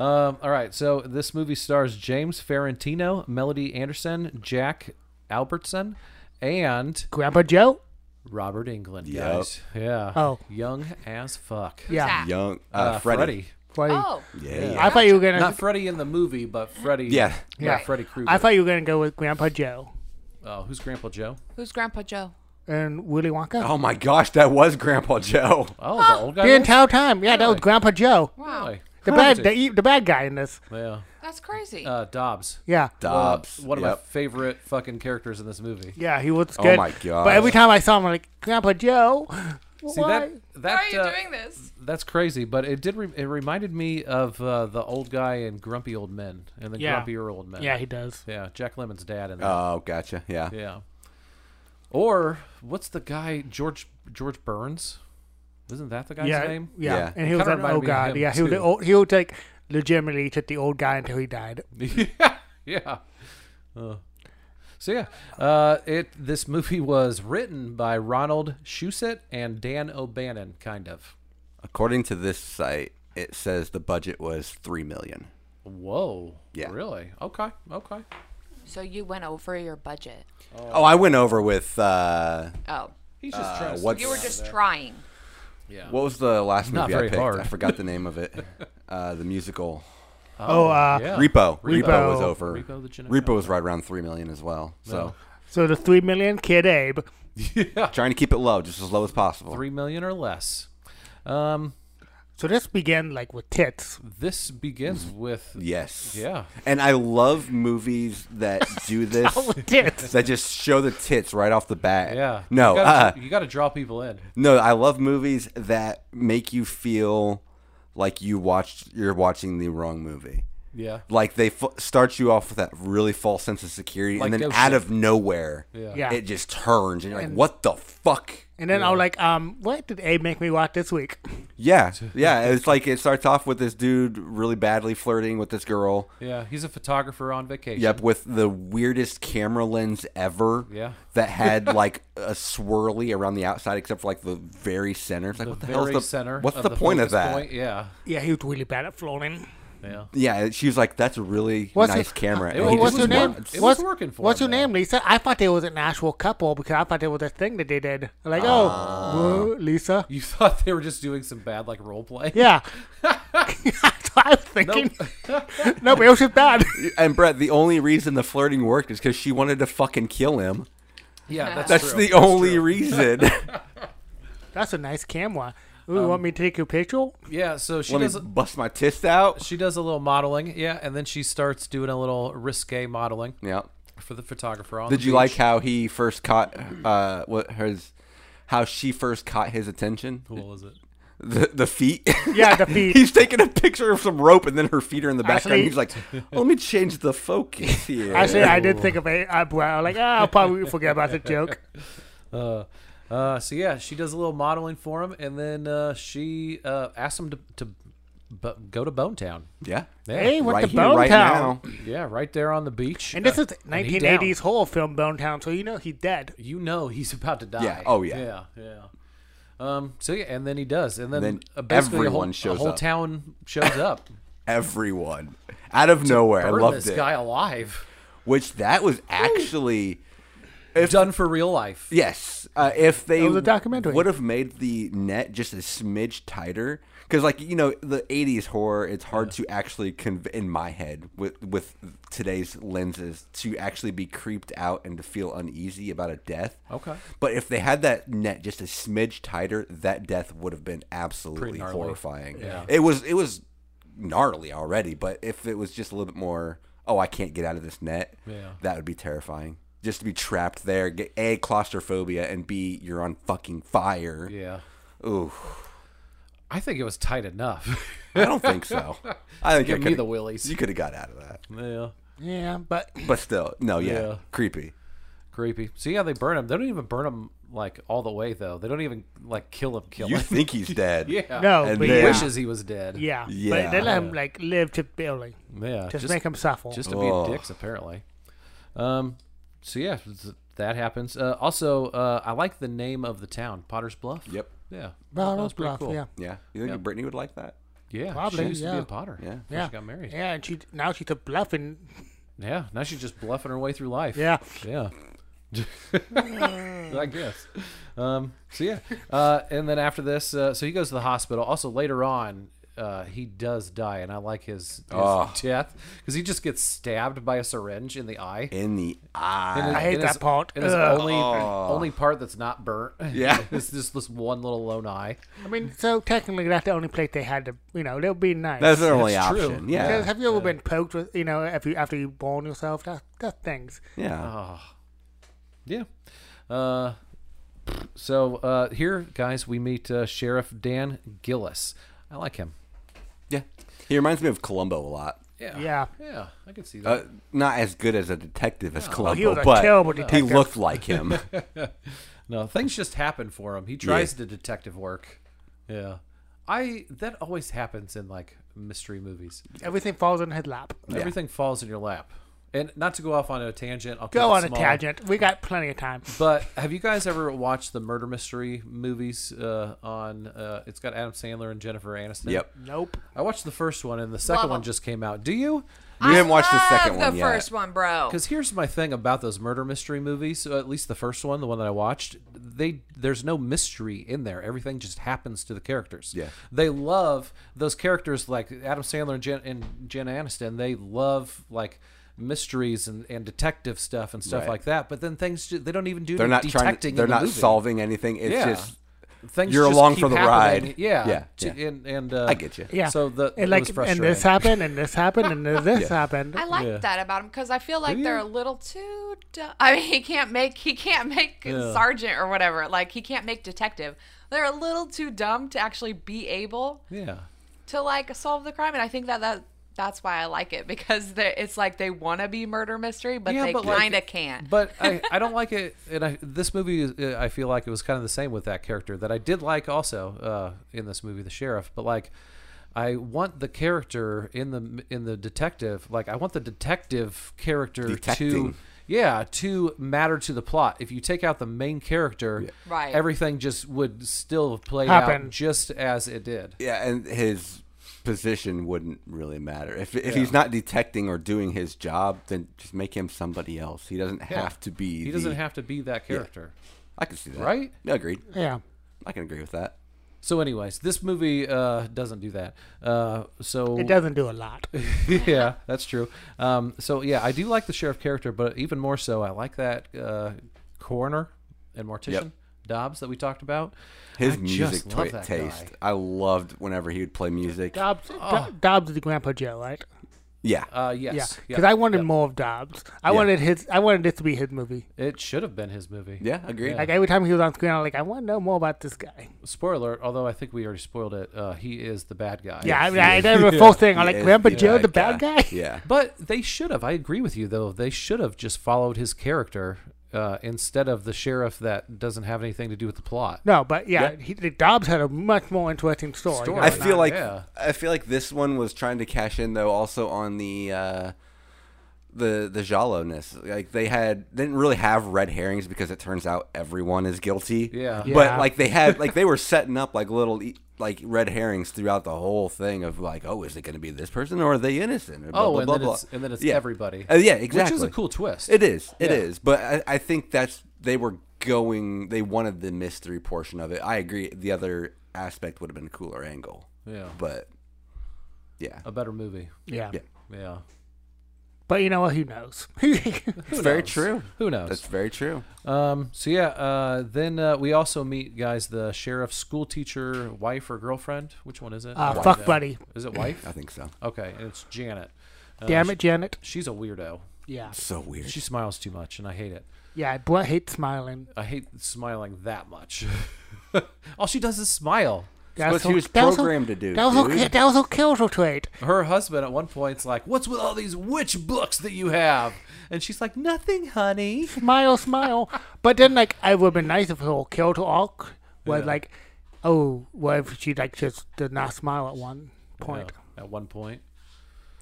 Speaker 3: Um, all right, so this movie stars James Ferrantino, Melody Anderson, Jack Albertson, and
Speaker 1: Grandpa Joe.
Speaker 3: Robert England.
Speaker 4: Yep.
Speaker 3: Guys. Yeah.
Speaker 1: Oh.
Speaker 3: Young as fuck.
Speaker 1: Yeah.
Speaker 2: that?
Speaker 4: young uh,
Speaker 3: Uh,
Speaker 4: Freddy.
Speaker 3: Freddy.
Speaker 1: Freddy.
Speaker 2: Oh,
Speaker 4: Yeah.
Speaker 1: I thought you were gonna.
Speaker 3: Not Freddy in the movie, but Freddy.
Speaker 4: Yeah.
Speaker 3: Yeah.
Speaker 1: Right.
Speaker 3: Freddy Krueger.
Speaker 1: I thought you were gonna go with Grandpa Joe
Speaker 3: oh, who's Grandpa Joe?
Speaker 2: who's Grandpa Joe?
Speaker 1: and Willy Wonka.
Speaker 4: Oh my gosh, that was Grandpa Joe.
Speaker 3: Oh, the old guy.
Speaker 1: Ah, the
Speaker 3: was?
Speaker 1: entire time, yeah, that was
Speaker 3: Really?
Speaker 1: Grandpa Joe,
Speaker 2: Wow,
Speaker 3: Really?
Speaker 1: the bad, the, e- the bad guy in this.
Speaker 3: Yeah.
Speaker 2: that's crazy.
Speaker 3: Uh, Dobbs.
Speaker 1: Yeah,
Speaker 4: Dobbs.
Speaker 3: One of
Speaker 4: Yep.
Speaker 3: my favorite fucking characters in this movie.
Speaker 1: yeah, he was
Speaker 4: Oh
Speaker 1: good.
Speaker 4: my
Speaker 1: But every
Speaker 4: gosh.
Speaker 1: time I saw him, I'm like Grandpa Joe.
Speaker 3: See
Speaker 1: why?
Speaker 3: that? That.
Speaker 2: Why are you
Speaker 3: uh,
Speaker 2: doing this?
Speaker 3: That's crazy, but it did. Re- it reminded me of uh, the old guy in Grumpy Old Men and the
Speaker 1: Yeah.
Speaker 3: Grumpier Old Men.
Speaker 1: Yeah, he does.
Speaker 3: Yeah, Jack Lemon's dad in that.
Speaker 4: Oh, gotcha. Yeah.
Speaker 3: yeah. Or what's the guy George George Burns? Isn't that the guy's
Speaker 1: yeah,
Speaker 3: name?
Speaker 1: yeah,
Speaker 4: Yeah.
Speaker 1: and he was
Speaker 3: Kinda
Speaker 1: an
Speaker 3: reminded
Speaker 1: old
Speaker 3: me of
Speaker 1: guy.
Speaker 3: him,
Speaker 1: Yeah, he was the
Speaker 3: too.
Speaker 1: old, he was like legitimately just the old guy until he died.
Speaker 3: yeah, yeah. Uh, so yeah, uh, it this movie was written by Ronald Shusett and Dan O'Bannon, kind of.
Speaker 4: According to this site, it says the budget was three million.
Speaker 3: Whoa.
Speaker 4: Yeah.
Speaker 3: Really? Okay. Okay.
Speaker 2: So you went over your budget.
Speaker 4: Oh, I went over with uh,
Speaker 2: Oh,
Speaker 3: He's just trying. To
Speaker 4: what's-
Speaker 2: you were just trying.
Speaker 3: yeah.
Speaker 4: what was the last
Speaker 3: Not
Speaker 4: movie I
Speaker 3: very
Speaker 4: picked?
Speaker 3: hard.
Speaker 4: I forgot the name of it. Uh, the musical
Speaker 1: Oh, uh,
Speaker 3: yeah.
Speaker 4: Repo. Repo.
Speaker 1: Repo.
Speaker 4: was over.
Speaker 3: Repo
Speaker 4: Repo,
Speaker 3: the Genetic
Speaker 4: was right around three million as well. So
Speaker 1: So the three million kid Abe.
Speaker 4: trying to keep it low, just as low as possible.
Speaker 3: Three million or less. Um,
Speaker 1: So this began like with tits.
Speaker 3: This begins
Speaker 4: Mm.
Speaker 3: with
Speaker 4: Yes.
Speaker 3: Yeah.
Speaker 4: And I love movies that do this.
Speaker 1: With tits.
Speaker 4: that just show the tits right off the bat.
Speaker 3: yeah.
Speaker 4: No.
Speaker 3: you gotta,
Speaker 4: uh,
Speaker 3: you gotta draw people in.
Speaker 4: No, I love movies that make you feel like you watched you're watching the wrong movie.
Speaker 3: Yeah.
Speaker 4: Like they f- start you off with that really false sense of security,
Speaker 3: Like
Speaker 4: and then
Speaker 3: those
Speaker 4: out
Speaker 3: shit.
Speaker 4: of nowhere,
Speaker 1: Yeah.
Speaker 4: it just turns, and you're like, "What the fuck?"
Speaker 1: And then I was like, um, what did Abe make me watch this week?
Speaker 4: Yeah, yeah. It's like it starts off with this dude really badly flirting with this girl.
Speaker 3: Yeah. He's a photographer on vacation.
Speaker 4: Yep, with the weirdest camera lens ever.
Speaker 3: Yeah.
Speaker 4: that had like a swirly around the outside, except for like the very center. It's like,
Speaker 3: The
Speaker 4: what the hell's
Speaker 3: very
Speaker 4: the
Speaker 3: center.
Speaker 4: What's
Speaker 3: of
Speaker 4: the, point of
Speaker 3: focus
Speaker 4: that? Hmm.
Speaker 3: point. Yeah.
Speaker 1: Yeah, he was really bad at floating.
Speaker 3: Yeah.
Speaker 4: Yeah, she was like, "That's a really
Speaker 1: What's
Speaker 4: nice
Speaker 1: it-
Speaker 4: camera."
Speaker 3: It
Speaker 4: and
Speaker 3: was-
Speaker 4: he
Speaker 1: what's her
Speaker 4: just
Speaker 1: name?
Speaker 4: wants-
Speaker 3: It was
Speaker 1: what's,
Speaker 3: working for
Speaker 1: What's
Speaker 3: him,
Speaker 1: her name, Lisa? I thought they was an actual couple because I thought there was a thing that they did. Like, oh,
Speaker 4: Ah.
Speaker 1: whoa, Lisa.
Speaker 3: You thought they were just doing some bad like role play?
Speaker 1: Yeah. That's what I was thinking. no, but it was just bad.
Speaker 4: And Brett, the only reason the flirting worked is because she wanted to fucking kill him.
Speaker 3: Yeah, that's,
Speaker 4: That's
Speaker 3: true.
Speaker 4: the only reason.
Speaker 1: That's a nice camera. Ooh, you want me to take your picture?
Speaker 3: Yeah, so she
Speaker 4: Let me
Speaker 3: does
Speaker 4: bust my tits out.
Speaker 3: she does a little modeling, yeah, and then she starts doing a little risque modeling
Speaker 4: Yeah.
Speaker 3: for the photographer on
Speaker 4: Did
Speaker 3: the
Speaker 4: you
Speaker 3: beach.
Speaker 4: like how he first caught uh what his how she first caught his attention?
Speaker 3: What was it?
Speaker 4: The the feet.
Speaker 1: Yeah, the feet.
Speaker 4: He's taking a picture of some rope, and then her feet are in the background.
Speaker 1: Actually-
Speaker 4: He's like, "Let me change the focus here."
Speaker 1: Actually, I did think of it. I, I was like, ah, I'll probably forget about the joke.
Speaker 3: Uh, uh, so yeah, she does a little modeling for him, and then uh, she uh, asks him to, to b- go to Bone Town.
Speaker 4: yeah,
Speaker 3: Yeah,
Speaker 1: Hey, what
Speaker 4: right
Speaker 1: the
Speaker 4: here,
Speaker 1: Bone
Speaker 4: right
Speaker 1: Town?
Speaker 4: now.
Speaker 3: yeah, right there on the beach.
Speaker 1: And this
Speaker 3: Uh,
Speaker 1: is
Speaker 3: and he
Speaker 1: 1980s
Speaker 3: down.
Speaker 1: horror film Bone Town, so you know he's dead.
Speaker 3: You know he's about to die.
Speaker 4: Yeah, oh, yeah.
Speaker 3: yeah, yeah. Um, so yeah, and then he does, and then,
Speaker 4: then
Speaker 3: uh, basically a whole,
Speaker 4: everyone shows
Speaker 3: a whole
Speaker 4: up.
Speaker 3: town shows up.
Speaker 4: Everyone, out of nowhere, I
Speaker 3: Burn
Speaker 4: loved
Speaker 3: this
Speaker 4: it.
Speaker 3: guy alive,
Speaker 4: Which that was actually
Speaker 3: done for real life.
Speaker 4: yes. Uh, if they
Speaker 1: was a documentary.
Speaker 4: would have made the net just a smidge tighter, because like you know the '80s horror, it's hard to actually conv- in my head with with today's lenses to actually be creeped out and to feel uneasy about a death.
Speaker 3: Okay.
Speaker 4: But if they had that net just a smidge tighter, that death would have been absolutely
Speaker 3: Pretty gnarly.
Speaker 4: horrifying.
Speaker 3: Yeah.
Speaker 4: It was it was gnarly already, but if it was just a little bit more, oh, I can't get out of this net,
Speaker 3: Yeah.
Speaker 4: that would be terrifying. Just to be trapped there, get a claustrophobia, and b you're on fucking fire.
Speaker 3: Yeah,
Speaker 4: Ooh,
Speaker 3: I think it was tight enough.
Speaker 4: I don't think so. I think I
Speaker 3: Give me
Speaker 4: coulda-
Speaker 3: the willies.
Speaker 4: You could have got out of that,
Speaker 3: yeah,
Speaker 1: Yeah, but
Speaker 4: but still, no, yeah,
Speaker 3: Yeah.
Speaker 4: creepy.
Speaker 3: creepy. So yeah, they burn him. They don't even burn him like all the way though. They don't even like kill him. Kill
Speaker 4: You
Speaker 3: him.
Speaker 4: think he's dead?
Speaker 3: yeah.
Speaker 1: no,
Speaker 4: And
Speaker 1: but
Speaker 4: then-
Speaker 1: yeah.
Speaker 3: Wishes he was dead.
Speaker 1: yeah,
Speaker 4: Yeah.
Speaker 1: but they let him like live to barely,
Speaker 3: Yeah.
Speaker 1: just, make him suffer.
Speaker 3: just to
Speaker 4: Ugh.
Speaker 3: be dicks apparently. Um. So yeah, th- that happens. Uh, also, uh, I like the name of the town, Potter's Bluff.
Speaker 4: Yep.
Speaker 3: Yeah.
Speaker 1: Well, that
Speaker 3: That was
Speaker 1: was
Speaker 3: pretty
Speaker 1: bluff,
Speaker 3: cool.
Speaker 1: yeah,
Speaker 4: Yeah. You think Brittany would like that?
Speaker 3: Yeah.
Speaker 1: Probably,
Speaker 3: she used to be
Speaker 1: yeah.
Speaker 3: a Potter.
Speaker 4: Yeah.
Speaker 3: before
Speaker 1: yeah.
Speaker 3: She got married. Yeah.
Speaker 1: Yeah, and she now she's a bluffing.
Speaker 3: Now she's just bluffing her way through life.
Speaker 1: Yeah,
Speaker 3: Yeah. I guess. Um, so yeah, uh, and then after this, uh, so he goes to the hospital. Also later on, uh, he does die, and I like his, his
Speaker 4: Oh.
Speaker 3: death because he just gets stabbed by a syringe in the eye.
Speaker 4: In the eye.
Speaker 1: I hate
Speaker 3: And
Speaker 1: that
Speaker 3: his-
Speaker 1: part.
Speaker 3: And his
Speaker 1: Ugh.
Speaker 3: only only part that's not burnt.
Speaker 4: Yeah.
Speaker 3: it's just this one little lone eye.
Speaker 1: I mean, so technically that's the only place they had to, you know, they'll be nice.
Speaker 4: That's their only
Speaker 3: That's true.
Speaker 4: option.
Speaker 1: Because
Speaker 4: Yeah.
Speaker 1: have you ever been poked with, you know, if you, after you born yourself? That that things.
Speaker 4: Yeah.
Speaker 3: Yeah. Uh, so uh, here, guys, we meet uh, Sheriff Dan Gillis. I like him.
Speaker 4: Yeah. He reminds me of Columbo a lot.
Speaker 3: Yeah.
Speaker 1: Yeah.
Speaker 3: Yeah, I can see that.
Speaker 4: Uh, not as good as a detective as Columbo,
Speaker 1: he was a
Speaker 4: but
Speaker 1: terrible
Speaker 4: he
Speaker 1: detective.
Speaker 4: looked like him.
Speaker 3: No, things just happen for him. He tries to detective work. Yeah. I that always happens in like mystery movies.
Speaker 1: Everything falls in his lap.
Speaker 3: Everything falls in your lap. And not to go off on a tangent, I'll keep
Speaker 1: Go
Speaker 3: it
Speaker 1: on a
Speaker 3: small,
Speaker 1: tangent. We got plenty of time.
Speaker 3: But have you guys ever watched the murder mystery movies uh, on uh, it's got Adam Sandler and Jennifer Aniston?
Speaker 4: yep.
Speaker 1: Nope.
Speaker 3: I watched the first one and the second
Speaker 2: Love
Speaker 3: one
Speaker 2: 'em.
Speaker 3: just came out. Do you?
Speaker 4: We didn't watch the
Speaker 2: Love
Speaker 4: second one
Speaker 2: The
Speaker 4: yet.
Speaker 2: first one, bro.
Speaker 3: Because here's my thing about those murder mystery movies, uh, at least the first one, the one that I watched, they there's no mystery in there. Everything just happens to the characters.
Speaker 4: Yeah.
Speaker 3: they love those characters like Adam Sandler and Jen, and Jenna Aniston. They love like mysteries and, and detective stuff and stuff
Speaker 4: Right.
Speaker 3: like that. But then things ju- they don't even do
Speaker 4: They're
Speaker 3: the
Speaker 4: not trying.
Speaker 3: detecting.
Speaker 4: To,
Speaker 3: in
Speaker 4: they're
Speaker 3: the
Speaker 4: not
Speaker 3: movie.
Speaker 4: solving anything. It's
Speaker 3: Yeah.
Speaker 4: just
Speaker 3: things
Speaker 4: You're
Speaker 3: just
Speaker 4: along
Speaker 3: keep
Speaker 4: for the
Speaker 3: happening.
Speaker 4: ride.
Speaker 3: Yeah,
Speaker 4: Yeah,
Speaker 3: to-
Speaker 4: yeah.
Speaker 3: And, and uh,
Speaker 4: I get you.
Speaker 1: Yeah.
Speaker 3: So the
Speaker 1: and
Speaker 3: it was
Speaker 1: like and
Speaker 3: frustrating.
Speaker 1: this happened and this happened and then this happened.
Speaker 2: I like
Speaker 3: Yeah.
Speaker 2: that about him because I feel like they're a little too. Du- I mean, he can't make he can't make sergeant or whatever. Like he can't make detective. They're a little too dumb to actually be able
Speaker 3: yeah.
Speaker 2: to like solve the crime, and I think that that that's why I like it because they- it's like they want to be murder mystery, but
Speaker 3: Yeah,
Speaker 2: they
Speaker 3: but, like,
Speaker 2: kind of can't.
Speaker 3: But I, I don't like it, and I, this movie is, uh, I feel like it was kind of the same with that character that I did like also uh, in this movie, the sheriff. But like, I want the character in the in the detective, like I want the detective character to
Speaker 4: Detecting.
Speaker 3: yeah to matter to the plot. If you take out the main character,
Speaker 2: Right.
Speaker 3: everything just would still have played out
Speaker 1: Happen.
Speaker 3: just as it did.
Speaker 4: Yeah, and his position wouldn't really matter. If if he's not detecting or doing his job, then just make him somebody else. He doesn't have to be.
Speaker 3: He doesn't have to be that character.
Speaker 4: I can see that.
Speaker 3: Right?
Speaker 4: Yeah, agreed.
Speaker 1: yeah.
Speaker 4: I can agree with that.
Speaker 3: So, anyways, this movie uh, doesn't do that. Uh, so
Speaker 1: It doesn't do a lot.
Speaker 3: yeah, that's true. Um, so yeah, I do like the sheriff character, but even more so, I like that uh, coroner and mortician
Speaker 4: Yep.
Speaker 3: Dobbs that we talked about.
Speaker 4: His
Speaker 3: I just
Speaker 4: music
Speaker 3: love
Speaker 4: twi-
Speaker 3: that
Speaker 4: taste.
Speaker 3: guy.
Speaker 4: I loved whenever he would play music.
Speaker 1: Dobbs, Do- Dobbs is the Grandpa Joe, right?
Speaker 4: Yeah.
Speaker 3: Uh,
Speaker 1: Yeah,
Speaker 3: yes,
Speaker 1: because
Speaker 3: yeah,
Speaker 1: I wanted more of Dobbs. I wanted his. I wanted this to be his movie.
Speaker 3: it should have been his movie.
Speaker 4: yeah, agreed.
Speaker 1: Like every time he was on screen, I'm like, I want to know more about this guy.
Speaker 3: Spoiler, alert, although I think we already spoiled it. Uh, he is the bad guy.
Speaker 1: Yeah, I mean, I never full thing. I'm
Speaker 4: He
Speaker 1: like,
Speaker 4: is
Speaker 1: Grandpa Joe, the bad guy.
Speaker 4: Yeah.
Speaker 3: But they should have. I agree with you, though. They should have just followed his character uh, instead of the sheriff that doesn't have anything to do with the plot.
Speaker 1: No, but yeah, he, Dobbs had a much more interesting story.
Speaker 3: Story.
Speaker 1: going
Speaker 3: Why
Speaker 4: I feel
Speaker 3: not?
Speaker 1: on.
Speaker 4: like
Speaker 3: Yeah.
Speaker 4: I feel like this one was trying to cash in though also on the uh the the jalo-ness. Like they had they didn't really have red herrings because it turns out everyone is guilty.
Speaker 3: Yeah.
Speaker 1: Yeah.
Speaker 4: But like they had like they were setting up like little e- like red herrings throughout the whole thing of like oh is it going to be this person or are they innocent? Or blah,
Speaker 3: Oh,
Speaker 4: blah,
Speaker 3: and
Speaker 4: blah,
Speaker 3: then
Speaker 4: blah.
Speaker 3: it's- and then it's
Speaker 4: yeah.
Speaker 3: everybody.
Speaker 4: Uh, yeah,
Speaker 3: Which
Speaker 4: exactly.
Speaker 3: is a cool twist.
Speaker 4: It is. It is.
Speaker 3: Yeah.
Speaker 4: But I, I think that's they were going. They wanted the mystery portion of it. I agree. The other aspect would have been a cooler angle.
Speaker 3: Yeah.
Speaker 4: But yeah,
Speaker 3: A better movie.
Speaker 1: yeah.
Speaker 4: Yeah.
Speaker 3: Yeah.
Speaker 1: But you know what? Who knows?
Speaker 4: it's very true.
Speaker 3: Who knows?
Speaker 4: That's very true.
Speaker 3: Um, so yeah, uh, then uh, we also meet guys the sheriff's school teacher, wife or girlfriend. Which one is it?
Speaker 1: uh, fuck, buddy.
Speaker 3: Is it wife?
Speaker 4: I think so.
Speaker 3: Okay, and it's Janet. Uh,
Speaker 1: Damn it, Janet.
Speaker 3: She's a weirdo.
Speaker 1: Yeah,
Speaker 4: So weird.
Speaker 3: She smiles too much, and I hate it.
Speaker 1: yeah. Brett hates smiling.
Speaker 3: I hate smiling that much. All she does is smile.
Speaker 1: That's
Speaker 4: what she was programmed to do,
Speaker 1: That was her,
Speaker 4: dude.
Speaker 1: that was her character trait.
Speaker 3: Her husband at one point's like, "What's with all these witch books that you have?" And she's like, "Nothing, honey."
Speaker 1: Smile, smile. but then, like, I would have been nice if her character arc was
Speaker 3: Yeah.
Speaker 1: like, oh, what if she like just did not smile at one point?
Speaker 3: At one point,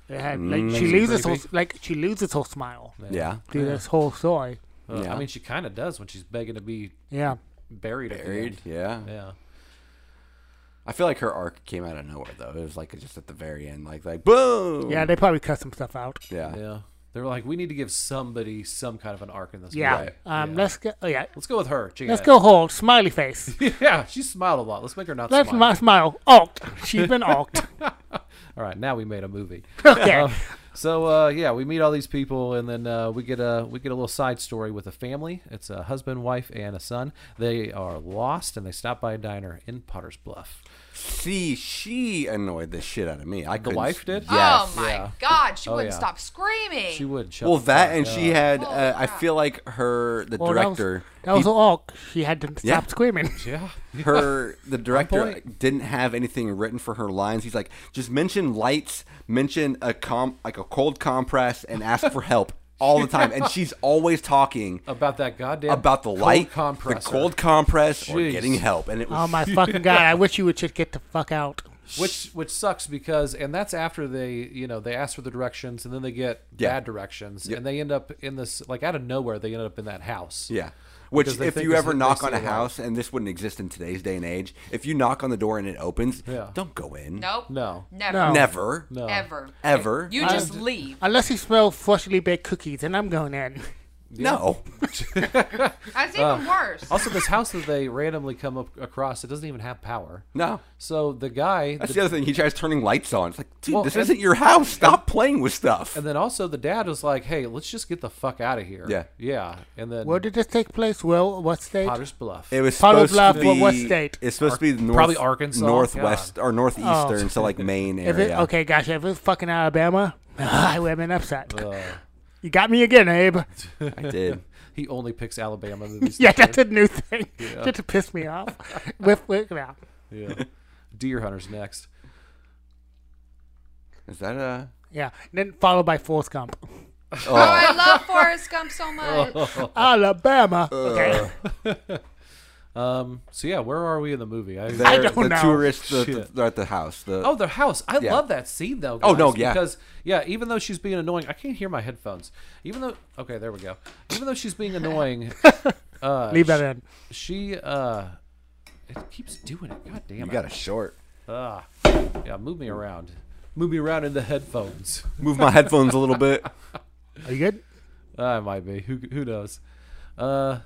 Speaker 1: It had, like she loses her like she loses her smile
Speaker 4: Mm, Yeah.
Speaker 1: through this whole story.
Speaker 3: Uh,
Speaker 4: Yeah.
Speaker 3: I mean, she kind of does when she's begging to be
Speaker 1: Yeah,
Speaker 3: buried. at the
Speaker 4: Buried.
Speaker 3: end.
Speaker 4: Yeah.
Speaker 3: Yeah.
Speaker 4: I feel like her arc came out of nowhere though. It was like just at the very end, like like boom.
Speaker 1: yeah. They probably cut some stuff out.
Speaker 4: Yeah.
Speaker 3: Yeah. They were like, we need to give somebody some kind of an arc in this
Speaker 1: Yeah.
Speaker 3: movie.
Speaker 1: Um.
Speaker 3: Yeah.
Speaker 1: Let's go. Oh, yeah.
Speaker 3: Let's go with her. Janet.
Speaker 1: Let's go. Hold smiley face.
Speaker 3: yeah, she smiled a lot. Let's make her not
Speaker 1: Let's
Speaker 3: smile.
Speaker 1: not smile. Arced. She's been arced.
Speaker 3: All right, now we made a movie.
Speaker 1: Okay.
Speaker 3: Um, so uh, yeah, we meet all these people, and then uh, we get a we get a little side story with a family. It's a husband, wife, and a son. They are lost, and they stop by a diner in Potter's Bluff.
Speaker 4: See, she annoyed the shit out of me. I the
Speaker 3: wife did?
Speaker 4: Yes.
Speaker 2: oh my
Speaker 3: yeah.
Speaker 2: god, she wouldn't
Speaker 3: yeah.
Speaker 2: stop screaming.
Speaker 3: She would shut
Speaker 4: Well,
Speaker 3: the
Speaker 4: that
Speaker 3: fuck
Speaker 4: and
Speaker 3: up.
Speaker 4: she had.
Speaker 2: Holy
Speaker 4: Uh, I
Speaker 2: crap.
Speaker 4: feel like her, the
Speaker 1: Well,
Speaker 4: director.
Speaker 1: That was,
Speaker 4: he-
Speaker 1: that was her arc. She had to stop
Speaker 4: Yeah.
Speaker 1: screaming.
Speaker 3: yeah.
Speaker 4: her the director
Speaker 3: point.
Speaker 4: didn't have anything written for her lines. He's like, just mention lights, mention a com like a cold compress, and ask for help all the time. And she's always talking
Speaker 3: About that goddamn
Speaker 4: about the
Speaker 3: cold
Speaker 4: light,
Speaker 3: compressor.
Speaker 4: the cold compress, or
Speaker 3: Jeez.
Speaker 4: getting help. And it was
Speaker 1: Oh my fucking god! I wish you would just get the fuck out.
Speaker 3: which which sucks because and that's after they you know they ask for the directions and then they get
Speaker 4: Yeah.
Speaker 3: bad directions and they end up in this like out of nowhere they end up in that house
Speaker 4: yeah. Which,
Speaker 3: Because they
Speaker 4: if
Speaker 3: think
Speaker 4: you
Speaker 3: it's
Speaker 4: ever
Speaker 3: the-
Speaker 4: knock
Speaker 3: they
Speaker 4: on
Speaker 3: see
Speaker 4: a
Speaker 3: the light.
Speaker 4: house, and this wouldn't exist in today's day and age, if you knock on the door and it opens,
Speaker 3: Yeah.
Speaker 4: don't go in.
Speaker 2: nope.
Speaker 3: No.
Speaker 2: Never.
Speaker 1: No.
Speaker 4: Never.
Speaker 3: No.
Speaker 2: Ever.
Speaker 4: Ever.
Speaker 2: You just leave.
Speaker 1: Unless you smell freshly baked cookies, and I'm going in.
Speaker 4: No.
Speaker 2: That's
Speaker 3: uh,
Speaker 2: even worse.
Speaker 3: Also, this house that they randomly come up across, it doesn't even have power.
Speaker 4: No.
Speaker 3: So the guy,
Speaker 4: That's
Speaker 3: the-
Speaker 4: the other thing. He tries turning lights on. It's like, dude,
Speaker 3: Well,
Speaker 4: this
Speaker 3: and-
Speaker 4: isn't your house. Stop playing with stuff.
Speaker 3: and then also the dad was like, "Hey, let's just get the fuck out of here."
Speaker 4: Yeah.
Speaker 3: yeah. And then
Speaker 1: Where did this take place? Well, what state?
Speaker 3: Potter's Bluff.
Speaker 4: it was
Speaker 1: Puddle
Speaker 4: supposed
Speaker 1: Bluff,
Speaker 4: to
Speaker 1: what-
Speaker 4: be
Speaker 1: what state?
Speaker 4: It's supposed to be north,
Speaker 3: probably Arkansas.
Speaker 4: northwest or northeastern,
Speaker 1: Oh.
Speaker 4: so like Maine
Speaker 1: If it,
Speaker 4: area.
Speaker 1: okay, gosh, if it's fucking Alabama, I would have been upset. You got me again, Abe.
Speaker 4: I did.
Speaker 3: he only picks Alabama movies.
Speaker 1: Yeah, that's a new thing. Just to piss me off. with, with, yeah.
Speaker 3: yeah. Deer Hunter's next.
Speaker 4: Is that uh, a?
Speaker 1: yeah. And then followed by Forrest Gump.
Speaker 2: Oh, I love Forrest Gump so much.
Speaker 1: Alabama. okay.
Speaker 3: Um. So yeah, where are we in the movie? I,
Speaker 4: They're,
Speaker 1: don't
Speaker 4: the
Speaker 1: know.
Speaker 4: tourists the, the,
Speaker 3: Shit.
Speaker 4: they're at the house. The,
Speaker 3: Oh, the house. I
Speaker 4: Yeah.
Speaker 3: love that scene though.
Speaker 4: Oh, no,
Speaker 3: guys,
Speaker 4: yeah.
Speaker 3: Because yeah, even though she's being annoying, I can't hear my headphones. Even though okay, there we go. Even though she's being annoying,
Speaker 1: Leave that in.
Speaker 3: she uh, it keeps doing it. God damn
Speaker 4: you
Speaker 3: it.
Speaker 4: got a short.
Speaker 3: Ah. Yeah, move me around. Move me around in the headphones.
Speaker 4: Move my headphones a little bit.
Speaker 1: Are you good?
Speaker 3: I might be. Who who knows? Uh,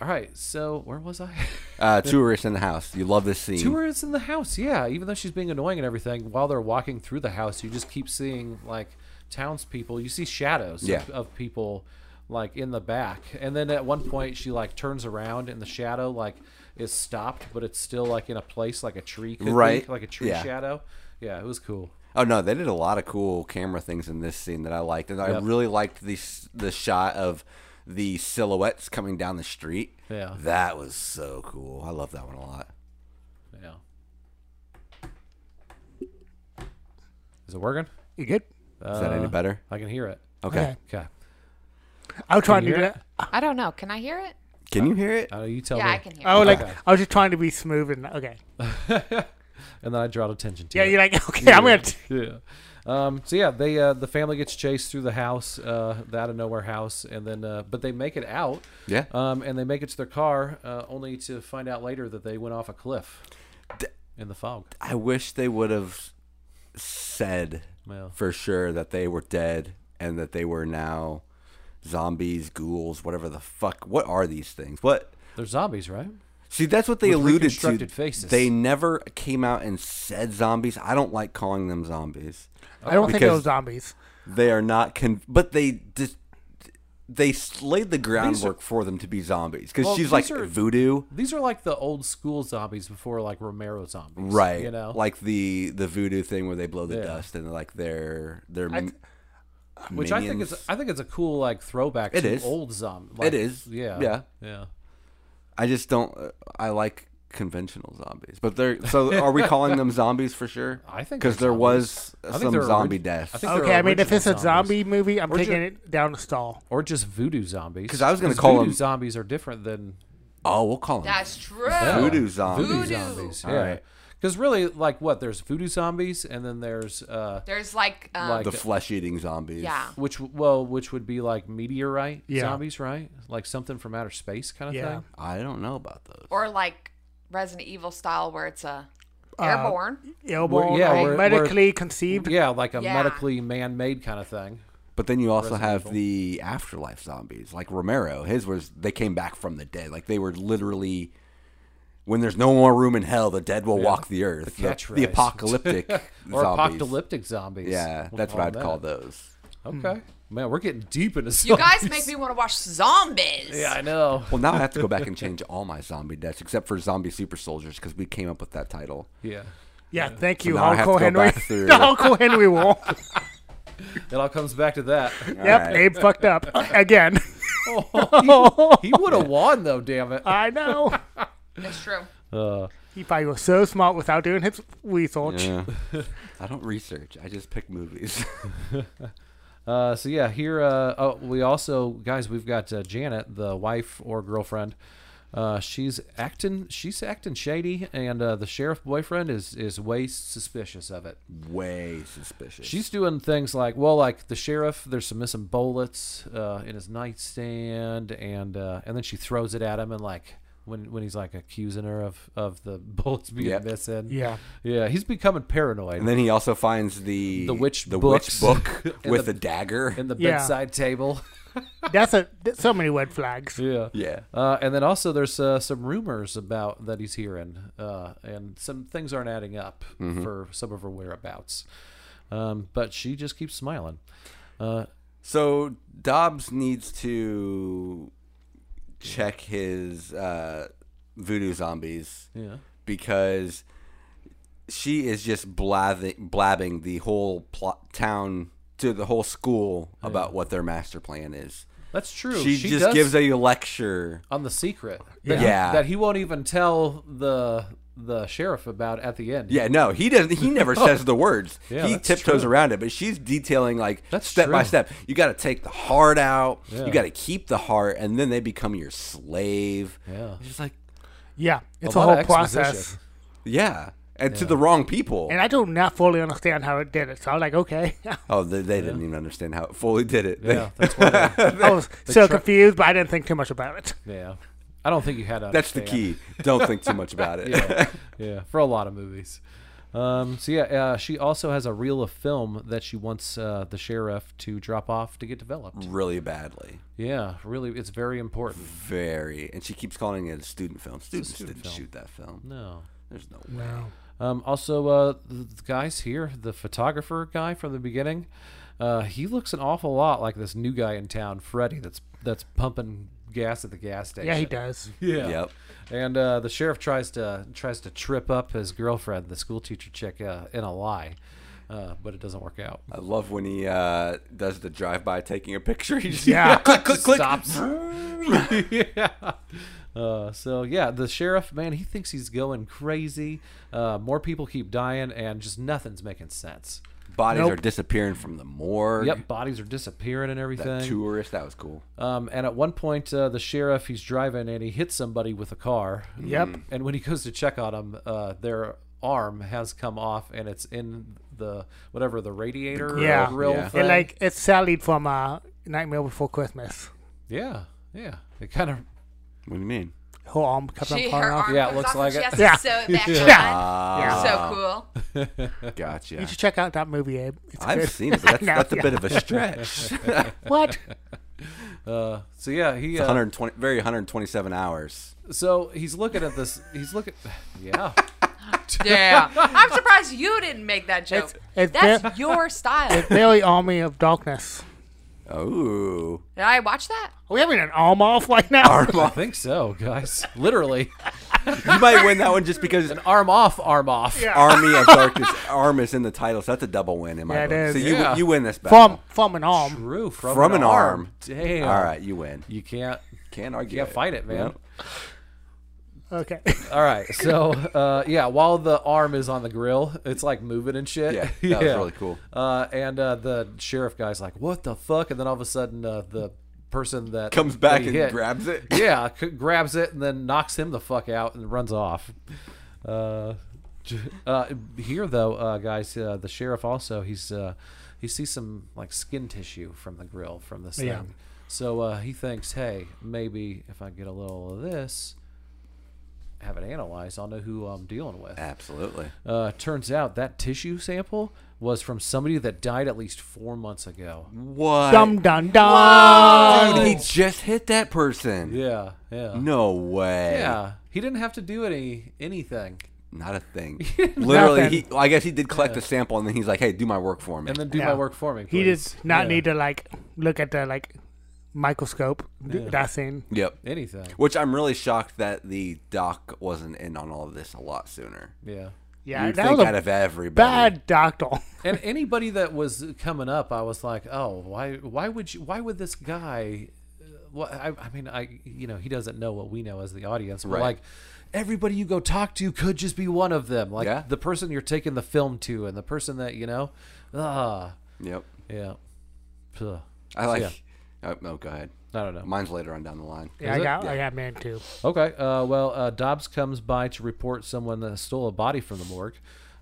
Speaker 3: all right. So where was I?
Speaker 4: Uh, tourists in the house. You love this scene.
Speaker 3: Tourists in the house. Yeah, even though she's being annoying and everything, while they're walking through the house, you just keep seeing like townspeople. You see shadows of-
Speaker 4: Yeah.
Speaker 3: of, people like in the back, and then at one point she like turns around and the shadow like is stopped, but it's still like in a place like a tree, could be,
Speaker 4: Right.
Speaker 3: like a tree
Speaker 4: Yeah.
Speaker 3: shadow. Yeah, it was cool.
Speaker 4: Oh no, they did a lot of cool camera things in this scene that I liked, and I
Speaker 3: Yep.
Speaker 4: really liked the s- the shot of the silhouettes coming down the street.
Speaker 3: Yeah.
Speaker 4: that was so cool. I love that one a lot.
Speaker 3: Yeah. Is it working?
Speaker 1: You good?
Speaker 4: Is that any better?
Speaker 3: I can hear it.
Speaker 4: Okay.
Speaker 1: okay.
Speaker 3: Okay.
Speaker 1: I was trying to
Speaker 3: you
Speaker 1: do
Speaker 3: hear
Speaker 1: that.
Speaker 2: I don't know. Can I hear it?
Speaker 4: Can you hear it?
Speaker 3: I know Uh, you tell
Speaker 2: Yeah,
Speaker 3: me.
Speaker 2: I can hear
Speaker 1: I was
Speaker 2: it.
Speaker 1: like,
Speaker 3: Okay.
Speaker 1: I was just trying to be smooth and okay.
Speaker 3: And then I draw attention to
Speaker 1: Yeah,
Speaker 3: it.
Speaker 1: you're like, okay, I'm gonna. T-
Speaker 3: yeah. Um, so yeah, they uh, the family gets chased through the house, uh, the out of nowhere house, and then uh, but they make it out.
Speaker 4: Yeah.
Speaker 3: Um, and they make it to their car, uh, only to find out later that they went off a cliff
Speaker 4: D-
Speaker 3: in the fog.
Speaker 4: I wish they would have said
Speaker 3: Well,
Speaker 4: for sure that they were dead and that they were now zombies, ghouls, whatever the fuck. What are these things? What?
Speaker 3: they're zombies, right?
Speaker 4: See, that's what they
Speaker 3: With
Speaker 4: alluded to.
Speaker 3: reconstructed faces.
Speaker 4: They never came out and said zombies. I don't like calling them zombies.
Speaker 1: I don't think it
Speaker 4: Because-
Speaker 1: was zombies.
Speaker 4: They are not con- but they dis- they s- laid the groundwork for them to be zombies cuz
Speaker 3: Well,
Speaker 4: she's
Speaker 3: these
Speaker 4: like
Speaker 3: are-
Speaker 4: voodoo,
Speaker 3: These are like the old school zombies before like Romero zombies,
Speaker 4: right?
Speaker 3: You know,
Speaker 4: Like the the voodoo thing where they blow the
Speaker 3: Yeah.
Speaker 4: dust and like they're they're m-
Speaker 3: which I think
Speaker 4: minions.
Speaker 3: is I think it's a cool like throwback
Speaker 4: It
Speaker 3: to
Speaker 4: is.
Speaker 3: old zombie.
Speaker 4: It is.
Speaker 3: Yeah.
Speaker 4: Yeah.
Speaker 3: Yeah.
Speaker 4: I just don't I like conventional zombies. But they're so are we calling them zombies for sure?
Speaker 3: I think
Speaker 4: cuz
Speaker 3: they're
Speaker 4: there was
Speaker 3: I think
Speaker 4: some
Speaker 3: they're orig-
Speaker 4: zombie
Speaker 3: I
Speaker 4: deaths.
Speaker 3: think they're
Speaker 1: Okay, I mean, if
Speaker 3: original
Speaker 1: it's a
Speaker 3: zombies.
Speaker 1: zombie movie, I'm
Speaker 4: Or
Speaker 1: taking
Speaker 4: ju-
Speaker 1: it down the stall.
Speaker 3: or just voodoo zombies.
Speaker 4: 'Cause I was gonna call
Speaker 3: call voodoo
Speaker 4: them-
Speaker 3: zombies are different than
Speaker 4: Oh, we'll call them
Speaker 2: That's true.
Speaker 4: Voodoo zombies.
Speaker 3: Oh, voodoo
Speaker 2: Voodoo.
Speaker 3: zombies.
Speaker 4: All
Speaker 3: yeah.
Speaker 4: right.
Speaker 3: Because really, like what? There's voodoo zombies, and then there's uh,
Speaker 2: There's like, um,
Speaker 3: Like-
Speaker 4: the flesh-eating zombies.
Speaker 2: yeah.
Speaker 3: which well, which would be like meteorite
Speaker 1: Yeah.
Speaker 3: zombies, right? Like something from outer space kind of
Speaker 1: Yeah.
Speaker 3: thing.
Speaker 4: I don't know about those.
Speaker 2: Or like Resident Evil style where it's a
Speaker 3: Uh,
Speaker 2: airborne.
Speaker 1: Elbow,
Speaker 3: yeah,
Speaker 1: or
Speaker 3: we're-
Speaker 1: medically conceived.
Speaker 3: Yeah, like a
Speaker 2: Yeah.
Speaker 3: medically man-made kind of thing.
Speaker 4: But then you also
Speaker 3: Resident
Speaker 4: have
Speaker 3: Evil.
Speaker 4: the afterlife zombies, like Romero. His was they came back from the dead, like they were literally. When there's no more room in hell, the dead will walk the earth. The,
Speaker 3: catchphrase.
Speaker 4: the apocalyptic
Speaker 3: Or
Speaker 4: zombies.
Speaker 3: apocalyptic zombies.
Speaker 4: Yeah,
Speaker 3: We'll
Speaker 4: that's what I'd
Speaker 3: them
Speaker 4: call
Speaker 3: that.
Speaker 4: those.
Speaker 3: Okay, man, we're getting deep into
Speaker 2: You guys
Speaker 3: zombies.
Speaker 2: make me want to watch zombies.
Speaker 3: Yeah, I know.
Speaker 4: Well, now I have to go back and change all my zombie deaths except for zombie super soldiers because we came up with that title.
Speaker 3: Yeah,
Speaker 1: Yeah, thank you,
Speaker 4: now I have
Speaker 1: Uncle
Speaker 4: to go
Speaker 1: Henry.
Speaker 4: back through.
Speaker 1: the Uncle Henry war.
Speaker 3: it all comes back to that.
Speaker 1: yep,
Speaker 4: right.
Speaker 1: Abe fucked up again.
Speaker 3: he would have won though. Damn it.
Speaker 1: I know.
Speaker 2: That's true.
Speaker 3: Uh,
Speaker 1: He probably was so smart without doing his research.
Speaker 4: Yeah. I don't research. I just pick movies.
Speaker 3: Uh, so yeah, here uh, oh, we also guys we've got uh, Janet, the wife or girlfriend. Uh, she's acting she's acting shady, and uh, the sheriff boyfriend is is way suspicious of it.
Speaker 4: Way suspicious.
Speaker 3: She's doing things like well, like the sheriff, there's some missing bullets uh, in his nightstand, and uh, and then she throws it at him and like when when he's like accusing her of of the bullets being
Speaker 4: Yep.
Speaker 3: missing.
Speaker 1: Yeah.
Speaker 3: yeah, he's becoming paranoid.
Speaker 4: And then he also finds the
Speaker 3: The witch
Speaker 4: the
Speaker 3: books.
Speaker 4: witch book
Speaker 3: And
Speaker 4: with
Speaker 3: the-
Speaker 4: the, dagger.
Speaker 3: in the
Speaker 1: Yeah.
Speaker 3: bedside table.
Speaker 1: That's a that's so many red flags.
Speaker 3: yeah.
Speaker 4: yeah.
Speaker 3: Uh, and then also there's uh, some rumors about that he's hearing, uh, and some things aren't adding up
Speaker 4: Mm-hmm.
Speaker 3: for some of her whereabouts. Um, but she just keeps smiling. Uh,
Speaker 4: So Dobbs needs to check his uh, voodoo zombies
Speaker 3: yeah,
Speaker 4: because she is just blabbing, blabbing the whole plot town to the whole school about what their master plan is.
Speaker 3: that's true.
Speaker 4: She, just
Speaker 3: does
Speaker 4: gives a lecture.
Speaker 3: on the secret. That,
Speaker 4: Yeah.
Speaker 3: that he won't even tell the the sheriff about at the end.
Speaker 4: Yeah, no, he doesn't. He never says the words.
Speaker 3: Yeah,
Speaker 4: he
Speaker 3: that's
Speaker 4: tiptoes
Speaker 3: true.
Speaker 4: around it, but she's detailing like
Speaker 3: That's
Speaker 4: step by
Speaker 3: true.
Speaker 4: step. You got to take the heart out.
Speaker 3: Yeah.
Speaker 4: You got to keep the heart, and then they become your slave.
Speaker 3: Yeah.
Speaker 4: It's just like
Speaker 1: Yeah. It's a,
Speaker 3: lot of
Speaker 1: whole process.
Speaker 3: exposition.
Speaker 4: yeah, and to the wrong people.
Speaker 1: And I do not fully understand how it did it. So I was like, okay.
Speaker 4: oh, they, they didn't even understand how it fully did it. They-
Speaker 3: Yeah, that's why. they-
Speaker 1: I was so confused, but I didn't think too much about it.
Speaker 3: yeah, I don't think you had to.
Speaker 4: that's the
Speaker 3: understand.
Speaker 4: key. Don't think too much about it.
Speaker 3: uh, yeah, yeah, for a lot of movies. Um, so yeah, uh, she also has a reel of film that she wants uh, the sheriff to drop off to get developed.
Speaker 4: really badly.
Speaker 3: Yeah, really, it's very important.
Speaker 4: Very. And she keeps calling it a student film. Students didn't shoot that film.
Speaker 3: No.
Speaker 4: There's no way.
Speaker 3: Um, also, uh, the the guys here, the photographer guy from the beginning, uh, he looks an awful lot like this new guy in town, Freddy, that's that's pumping gas at the gas station.
Speaker 1: Yeah, he does.
Speaker 4: Hmm.
Speaker 3: Yeah.
Speaker 4: Yep.
Speaker 3: And uh, the sheriff tries to tries to trip up his girlfriend, the school teacher chick, uh, in a lie, uh, but it doesn't work out.
Speaker 4: I love when he uh, does the drive by taking a picture. He just
Speaker 1: Yeah.
Speaker 4: click, click, click.
Speaker 3: stops. yeah. Uh, so yeah, the sheriff man, he thinks he's going crazy. Uh, more people keep dying, and just nothing's making sense.
Speaker 4: Bodies
Speaker 1: Nope.
Speaker 4: are disappearing from the morgue.
Speaker 3: Yep, bodies are disappearing and everything.
Speaker 4: That tourist, that was cool.
Speaker 3: Um, and at one point, uh, the sheriff he's driving and he hits somebody with a car.
Speaker 1: Yep.
Speaker 3: And when he goes to check on him, uh, their arm has come off and it's in the whatever the radiator grill,
Speaker 1: Yeah.
Speaker 3: grill
Speaker 4: Yeah. It,
Speaker 1: It
Speaker 3: thing.
Speaker 1: like it's sallied from uh, Nightmare Before Christmas.
Speaker 3: yeah, yeah. It kind of
Speaker 4: What do you mean?
Speaker 1: Her arm comes
Speaker 2: She,
Speaker 1: up
Speaker 2: her
Speaker 1: off.
Speaker 2: arm
Speaker 3: Yeah, it
Speaker 2: comes
Speaker 3: looks
Speaker 2: off
Speaker 3: like
Speaker 2: and
Speaker 3: it.
Speaker 2: She has
Speaker 1: Yeah.
Speaker 2: to sew it back
Speaker 1: Yeah.
Speaker 2: on.
Speaker 4: Ah,
Speaker 2: So cool.
Speaker 1: You
Speaker 4: Gotcha.
Speaker 1: should check out that movie, Abe. It's
Speaker 4: I've
Speaker 1: good.
Speaker 4: seen it, but that's,
Speaker 1: No,
Speaker 4: that's a
Speaker 1: yeah.
Speaker 4: bit of a stretch.
Speaker 1: What?
Speaker 3: uh, so yeah he uh,
Speaker 4: 120, very 127 hours.
Speaker 3: so he's looking at this he's looking yeah
Speaker 2: Yeah. I'm surprised you didn't make that joke.
Speaker 1: It's- it's
Speaker 2: That's
Speaker 1: ver-
Speaker 2: your style.
Speaker 1: Very Army of Darkness.
Speaker 4: Oh.
Speaker 2: Did I watch that?
Speaker 1: Are we having an arm off right now?
Speaker 3: I think so guys literally
Speaker 4: You might win that one just because
Speaker 3: arm off arm off
Speaker 1: Yeah.
Speaker 4: Army of Darkness arm is in the title, so that's a double win in my
Speaker 1: Yeah, it
Speaker 4: book.
Speaker 1: is.
Speaker 4: So you
Speaker 3: Yeah.
Speaker 4: you win this battle.
Speaker 1: From from an arm.
Speaker 3: True, from,
Speaker 4: From an arm.
Speaker 3: damn
Speaker 4: All right, you win. You
Speaker 3: you can't
Speaker 4: can't argue.
Speaker 3: can't fight it man
Speaker 4: Nope.
Speaker 1: Okay.
Speaker 3: all right so uh, yeah while the arm is on the grill it's like moving and shit
Speaker 4: Yeah, that was really cool.
Speaker 3: uh, and uh, the sheriff guy's like what the fuck and then all of a sudden uh, the person that
Speaker 4: Comes back
Speaker 3: they
Speaker 4: and
Speaker 3: hit-
Speaker 4: grabs it.
Speaker 3: yeah, c- grabs it and then knocks him the fuck out and runs off. Uh, j- uh, here though, uh, guys, uh, the sheriff also he's uh, he sees some like skin tissue from the grill from this
Speaker 1: Yeah.
Speaker 3: thing, so uh, he thinks, hey, maybe if I get a little of this, have it analyzed, I'll know who I'm dealing with.
Speaker 4: Absolutely.
Speaker 3: Uh, turns out that tissue sample was from somebody that died at least four months ago.
Speaker 4: Mm. What?
Speaker 1: Dum dum dum.
Speaker 4: Dude, he just hit that person.
Speaker 3: Yeah, yeah,
Speaker 4: No way.
Speaker 3: yeah. He didn't have to do any anything.
Speaker 4: Not a thing. Literally,
Speaker 1: Nothing.
Speaker 4: he. well, I guess he did collect the sample, and then he's like, "Hey, do my work for me."
Speaker 3: and then do my
Speaker 1: Yeah.
Speaker 3: work for me.
Speaker 1: He did
Speaker 3: please.
Speaker 1: not
Speaker 3: Yeah.
Speaker 1: need to like look at the like microscope. Th- That scene.
Speaker 4: yep.
Speaker 3: anything.
Speaker 4: Which I'm really shocked that the doc wasn't in on all of this a lot sooner.
Speaker 3: Yeah,
Speaker 1: Yeah,
Speaker 4: You'd
Speaker 1: that
Speaker 4: think
Speaker 1: was
Speaker 4: out
Speaker 1: a
Speaker 4: of everybody.
Speaker 1: bad doctor.
Speaker 3: and anybody that was coming up, I was like, oh, why? Why would you? Why would this guy? uh, Well, I, I mean, I you know he doesn't know what we know as the audience, but
Speaker 4: Right.
Speaker 3: like everybody you go talk to could just be one of them, like
Speaker 4: Yeah.
Speaker 3: the person you're taking the film to, and the person that you know, ah,
Speaker 4: Yep.
Speaker 3: yeah, Ugh.
Speaker 4: I like.
Speaker 3: yeah.
Speaker 4: Oh, no, go ahead.
Speaker 3: I don't know.
Speaker 4: Mine's later on down the line.
Speaker 1: Yeah, I
Speaker 3: it?
Speaker 1: got I got man too.
Speaker 3: Okay. Uh, well, uh, Dobbs comes by to report someone that stole a body from the morgue,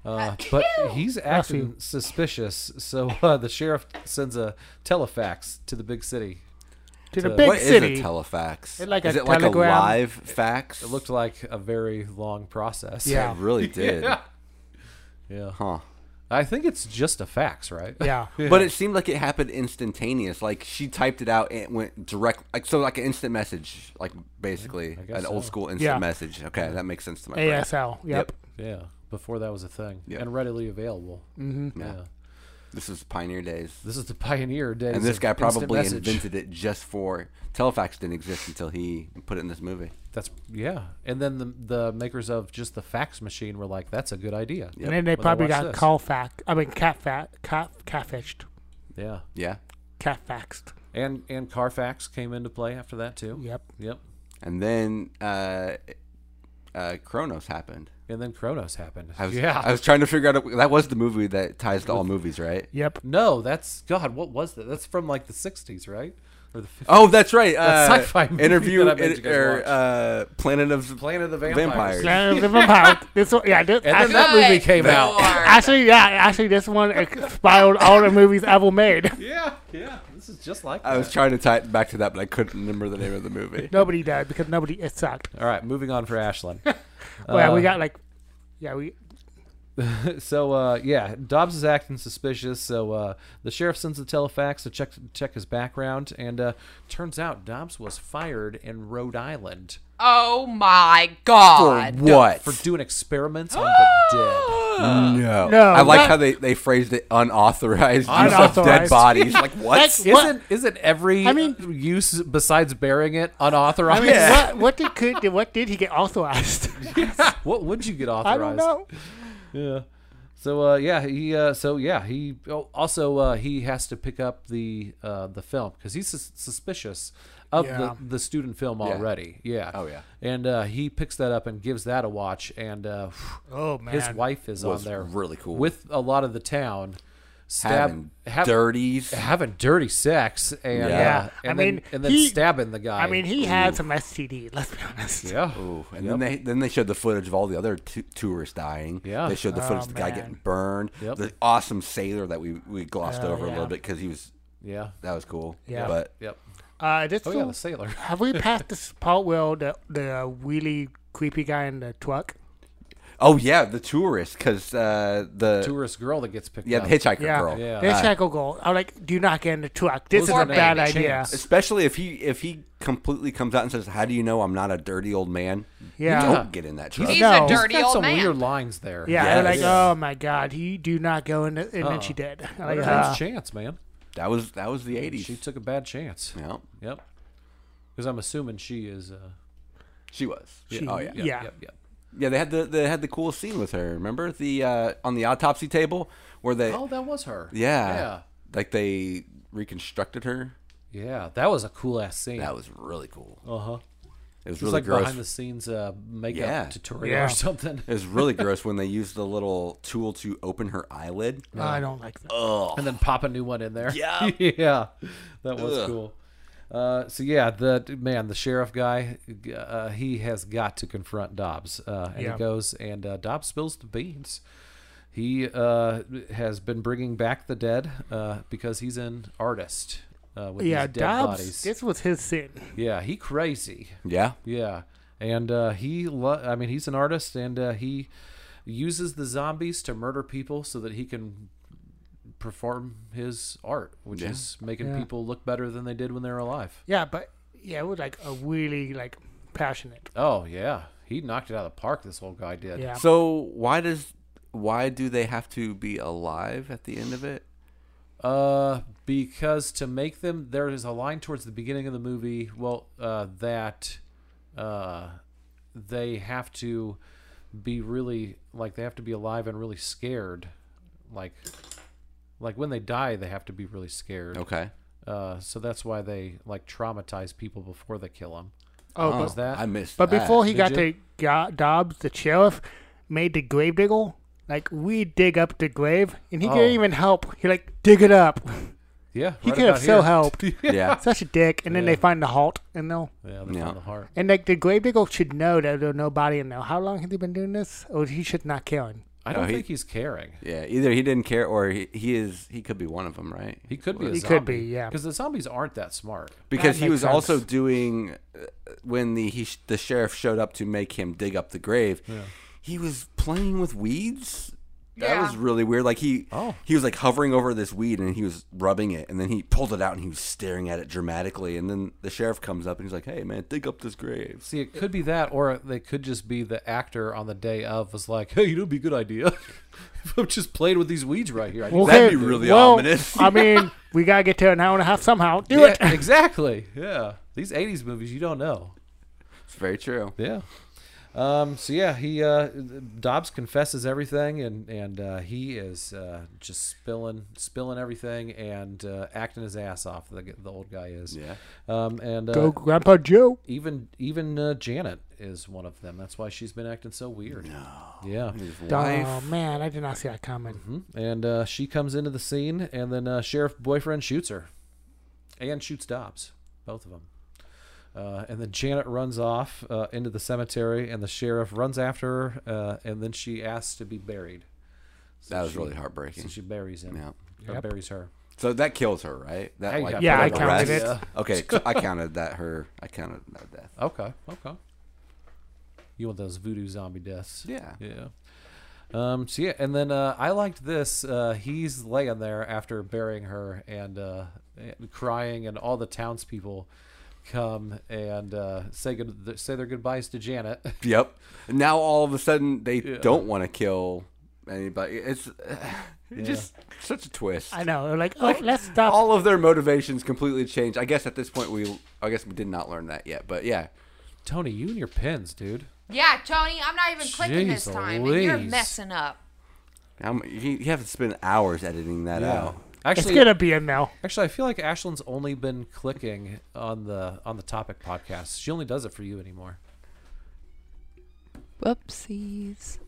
Speaker 3: uh, but he's acting suspicious. So uh, the sheriff sends a telefax to the big city.
Speaker 1: to the
Speaker 3: to-
Speaker 1: big
Speaker 4: What is
Speaker 1: city.
Speaker 4: a telefax?
Speaker 1: It's like a
Speaker 4: is it like a
Speaker 1: telegram.
Speaker 4: live fax?
Speaker 3: It looked like a very long process.
Speaker 1: Yeah.
Speaker 4: It really did.
Speaker 3: Yeah. Yeah.
Speaker 4: Huh.
Speaker 3: I think it's just a fax, right?
Speaker 1: yeah,
Speaker 4: But it seemed like it happened instantaneous. Like she typed it out and it went direct. Like so, like an instant message. Like basically
Speaker 3: guess
Speaker 4: an old
Speaker 3: so.
Speaker 4: school instant
Speaker 1: Yeah.
Speaker 4: message. Okay, that makes sense to my brain.
Speaker 1: ASL. Yep.
Speaker 3: Yeah. Before that was a thing
Speaker 4: Yeah.
Speaker 3: and readily available. Mm-hmm. Yeah.
Speaker 4: This is pioneer days,
Speaker 3: This is the pioneer days.
Speaker 4: and this
Speaker 3: of
Speaker 4: guy
Speaker 3: instant
Speaker 4: probably
Speaker 3: message.
Speaker 4: invented it just for telefax. Didn't exist until he put it in this movie.
Speaker 3: That's yeah. And then the the makers of just the fax machine were like, "That's a good idea."
Speaker 1: And then they
Speaker 3: Well,
Speaker 1: probably got
Speaker 3: watch this.
Speaker 1: call fact. I mean, cat fat, cat catfished,
Speaker 3: Yeah.
Speaker 4: Yeah,
Speaker 1: cat faxed.
Speaker 3: And and Carfax came into play after that too.
Speaker 1: Yep.
Speaker 3: Yep.
Speaker 4: and then uh, uh, Kronos happened.
Speaker 3: And then Kronos happened.
Speaker 4: I was,
Speaker 3: yeah.
Speaker 4: I was trying to figure out. That was the movie that ties to all movies, right?
Speaker 1: Yep.
Speaker 3: no, that's God. What was that? That's from like the '60s, right? Or the 50s.
Speaker 4: Oh, that's right.
Speaker 3: That
Speaker 4: uh,
Speaker 3: sci-fi movie
Speaker 4: interview
Speaker 3: that I made you guys
Speaker 4: or
Speaker 3: watch.
Speaker 4: uh, Planet of
Speaker 3: Planet of the Vampires.
Speaker 4: Vampires.
Speaker 1: Land of the Vampire. This one, yeah. This,
Speaker 3: And then
Speaker 1: actually,
Speaker 3: that movie came
Speaker 2: Good
Speaker 3: out.
Speaker 2: lord.
Speaker 1: actually, yeah. Actually, this one inspired all the movies ever made.
Speaker 3: Yeah, yeah. This is just like that.
Speaker 4: I was trying to tie it back to that, but I couldn't remember the name of the movie.
Speaker 1: Nobody died because nobody. It sucked.
Speaker 3: All right, moving on for Ashlyn.
Speaker 1: well, we
Speaker 3: Uh,
Speaker 1: got like, yeah, we
Speaker 3: so uh, yeah, Dobbs is acting suspicious. So uh, the sheriff sends a telefax to check check his background, and uh, turns out Dobbs was fired in Rhode Island
Speaker 2: Oh my god.
Speaker 4: what?
Speaker 3: for doing experiments on the
Speaker 4: no.
Speaker 1: No,
Speaker 4: Uh, I like
Speaker 1: that-
Speaker 4: how they, they phrased it unauthorized, use of dead
Speaker 1: Unauthorized.
Speaker 4: bodies. Like
Speaker 1: That's-
Speaker 4: what?
Speaker 3: dead.
Speaker 1: What?
Speaker 3: Isn't isn't every
Speaker 1: I mean-
Speaker 3: use besides burying it unauthorized?
Speaker 1: I mean,
Speaker 4: Yeah.
Speaker 1: what what did could did- what did he get authorized?
Speaker 3: What would you get authorized?
Speaker 1: I don't know.
Speaker 3: Yeah. So uh, yeah, he uh, so yeah he oh, also uh, he has to pick up the uh, the film because he's sus- suspicious of
Speaker 1: Yeah.
Speaker 3: the, the student film already. Yeah.
Speaker 4: Oh, yeah.
Speaker 3: And uh, he picks that up and gives that a watch, and uh,
Speaker 1: Oh man,
Speaker 3: his wife is on
Speaker 4: Was
Speaker 3: there,
Speaker 4: really cool.
Speaker 3: with a lot of the town, stab,
Speaker 4: Having
Speaker 3: have-
Speaker 4: dirties.
Speaker 3: having dirty sex, and uh,
Speaker 4: Yeah.
Speaker 1: I
Speaker 3: and then,
Speaker 1: mean,
Speaker 3: and then
Speaker 1: he-
Speaker 3: stabbing the guy.
Speaker 1: I mean, he had some STD. Let's be honest.
Speaker 3: yeah,
Speaker 4: Ooh, and then they then they showed the footage of all the other t- tourists dying.
Speaker 3: Yeah.
Speaker 4: They showed the footage of the guy
Speaker 1: Oh, man. Oh,
Speaker 4: getting burned.
Speaker 3: Yep.
Speaker 4: The awesome sailor that we, we glossed over a
Speaker 1: yeah.
Speaker 4: little bit because he was
Speaker 3: yeah,
Speaker 4: that was cool.
Speaker 1: Yeah.
Speaker 4: But
Speaker 3: yep.
Speaker 1: Uh, this
Speaker 3: Oh yeah,
Speaker 1: one-
Speaker 3: the sailor.
Speaker 1: have we passed this part where the the really creepy guy in the truck?
Speaker 4: oh yeah, the tourist because uh, the
Speaker 3: Tourist girl that gets picked
Speaker 4: yeah
Speaker 3: up.
Speaker 4: the hitchhiker
Speaker 1: Yeah,
Speaker 4: girl. Uh,
Speaker 3: Yeah.
Speaker 1: This guy go gold. I'm like, do not get in the truck. This
Speaker 3: Those
Speaker 1: is
Speaker 3: are
Speaker 1: a bad
Speaker 3: bad
Speaker 1: idea.
Speaker 3: chance.
Speaker 4: Especially if he if he completely comes out and says, "How do you know I'm not a dirty old man?"
Speaker 1: Yeah.
Speaker 4: You don't get in that truck.
Speaker 2: He's
Speaker 1: No.
Speaker 2: a
Speaker 1: He's
Speaker 2: dirty
Speaker 3: got
Speaker 2: old
Speaker 3: some
Speaker 2: man.
Speaker 3: weird lines there.
Speaker 1: Yeah, they're like,
Speaker 4: Yes.
Speaker 1: oh my god, he do not go in, the, and then she did. I'm
Speaker 3: What
Speaker 1: Like,
Speaker 3: a
Speaker 1: uh,
Speaker 3: chance, man.
Speaker 4: That was that was the '80s.
Speaker 3: She took a bad chance.
Speaker 4: yeah,
Speaker 3: Yep. Because I'm assuming she is. Uh,
Speaker 4: she was. oh
Speaker 1: Yeah.
Speaker 4: yeah. yeah,
Speaker 3: Yep. Yep.
Speaker 4: They had the they had the cool scene with her. Remember the uh, on the autopsy table where they
Speaker 3: Oh, that was her.
Speaker 4: yeah, like they reconstructed
Speaker 3: Yeah.
Speaker 4: her.
Speaker 3: Yeah. That was a cool ass scene.
Speaker 4: That was really cool.
Speaker 3: uh huh.
Speaker 4: It was
Speaker 3: It was
Speaker 4: really
Speaker 3: like
Speaker 4: gross.
Speaker 3: behind the scenes uh, makeup
Speaker 4: Yeah.
Speaker 3: tutorial
Speaker 1: Yeah.
Speaker 3: or something.
Speaker 4: it was really gross when they used the little tool to open her eyelid.
Speaker 1: I don't like that.
Speaker 3: and then pop a new one in there.
Speaker 4: Oh. Yeah.
Speaker 3: yeah. That was
Speaker 4: Ugh.
Speaker 3: cool. Uh, so yeah, the man, the sheriff guy, uh, he has got to confront Dobbs, uh, and
Speaker 1: Yeah.
Speaker 3: he goes and uh, Dobbs spills the beans. He uh, has been bringing back the dead uh, because he's an artist uh, with
Speaker 1: yeah,
Speaker 3: these dead
Speaker 1: Dobbs.
Speaker 3: bodies.
Speaker 1: This was his sin.
Speaker 3: Yeah, he crazy.
Speaker 4: Yeah,
Speaker 3: Yeah, and uh, he, lo- I mean, he's an artist, and uh, he uses the zombies to murder people so that he can perform his art, which
Speaker 4: Yeah.
Speaker 3: is making
Speaker 1: Yeah.
Speaker 3: people look better than they did when they were alive.
Speaker 1: Yeah, but yeah, it was like a really like passionate.
Speaker 3: Oh yeah, he knocked it out of the park. This old guy did.
Speaker 1: Yeah.
Speaker 4: So why does why do they have to be alive at the end of it?
Speaker 3: Uh, because to make them, there is a line towards the beginning of the movie. Well, uh, that, uh, they have to be really like they have to be alive and really scared, like, like when they die, they have to be really scared.
Speaker 4: Okay.
Speaker 3: Uh, so that's why they like traumatize people before they kill them.
Speaker 1: Oh,
Speaker 3: Was
Speaker 1: but,
Speaker 3: that?
Speaker 4: I missed.
Speaker 1: but
Speaker 4: that.
Speaker 1: before he got
Speaker 3: you?
Speaker 1: to Go- Dobbs, the sheriff made the grave diggle. Like we dig up the grave, and he
Speaker 3: Oh.
Speaker 1: couldn't even help. He like dig it up.
Speaker 3: yeah,
Speaker 1: He
Speaker 3: right
Speaker 1: could have
Speaker 3: about
Speaker 1: so
Speaker 3: here.
Speaker 1: helped.
Speaker 4: yeah,
Speaker 1: Such a dick. And then they find the halt, and they'll
Speaker 3: Yeah, they
Speaker 4: Yeah.
Speaker 3: found the heart.
Speaker 1: and like the grave diggle should know that there's nobody in there. How long has he been doing this? Oh, he should not kill him.
Speaker 3: I don't
Speaker 4: he-
Speaker 3: think he's caring.
Speaker 4: Yeah, either he didn't care or he, he is he could be one of them, right?
Speaker 3: He could be. A
Speaker 1: He
Speaker 3: zombie,
Speaker 1: could be, yeah.
Speaker 3: Because the zombies aren't that smart.
Speaker 4: because
Speaker 1: That
Speaker 4: he
Speaker 1: makes
Speaker 4: was also
Speaker 1: sense.
Speaker 4: doing uh, when the he, sh- the sheriff showed up to make him dig up the grave. He was playing with weeds. That
Speaker 2: Yeah.
Speaker 4: was really weird. Like he
Speaker 3: Oh.
Speaker 4: he was like hovering over this weed and he was rubbing it and then he pulled it out and he was staring at it dramatically and then the sheriff comes up and he's like, "Hey man, dig up this grave."
Speaker 3: See, it could be that, or they could just be the actor on the day of was like, "Hey, you know, it'd be a good idea if I'm just playing with these weeds right here." I can-
Speaker 4: That'd be really
Speaker 1: well,
Speaker 4: ominous.
Speaker 1: I mean, we gotta get to an hour and a half somehow. Do it.
Speaker 3: yeah, exactly. Yeah, these '80s movies, you don't know.
Speaker 4: It's very true.
Speaker 3: Yeah. Um, so yeah, he uh, Dobbs confesses everything, and and uh, he is uh, just spilling spilling everything and uh, acting his ass off. The, the old guy is.
Speaker 4: Yeah.
Speaker 3: Um, and uh,
Speaker 1: Go, Oh, Grandpa Joe.
Speaker 3: even even uh, Janet is one of them. That's why she's been acting so weird. Yeah.
Speaker 1: Oh man, I did not see that coming.
Speaker 3: And uh, she comes into the scene, and then uh, sheriff boyfriend shoots her, and shoots Dobbs, both of them. Uh, and then Janet runs off uh, into the cemetery, and the sheriff runs after her, uh, and then she asks to be buried.
Speaker 4: That was really
Speaker 3: So
Speaker 4: heartbreaking.
Speaker 3: she buries him.
Speaker 4: Yeah.
Speaker 3: Or Buries her.
Speaker 4: So that kills her, right?
Speaker 3: I
Speaker 4: That
Speaker 3: got
Speaker 1: Yeah,
Speaker 4: put
Speaker 1: I
Speaker 4: her to
Speaker 1: counted
Speaker 4: rest?
Speaker 1: it.
Speaker 4: Okay, I counted that her. I counted that death.
Speaker 3: Okay, okay. You want those voodoo zombie deaths?
Speaker 4: Yeah.
Speaker 3: yeah. Um, so yeah, and then uh, I liked this. Uh, he's laying there after burying her and uh, and crying, and all the townspeople come and uh, say good, say their goodbyes to Janet.
Speaker 4: Yep. Now all of a sudden they don't want to kill anybody. It's just such a twist.
Speaker 1: I know. They're like, oh, let's stop.
Speaker 4: all of their motivations completely changed. I guess at this point we, I guess we did not learn that yet. But yeah,
Speaker 3: Tony, you and your pins, dude.
Speaker 2: Yeah, Tony, I'm not even clicking this
Speaker 3: Jeez
Speaker 2: time, and you're
Speaker 3: Louise.
Speaker 2: messing up.
Speaker 4: How m- you, you have to spend hours editing that out.
Speaker 1: It's
Speaker 3: Actually,
Speaker 1: gonna be a no.
Speaker 3: actually, I feel like Ashlyn's only been clicking on the on the topic podcast. She only does it for you anymore.
Speaker 2: Whoopsies.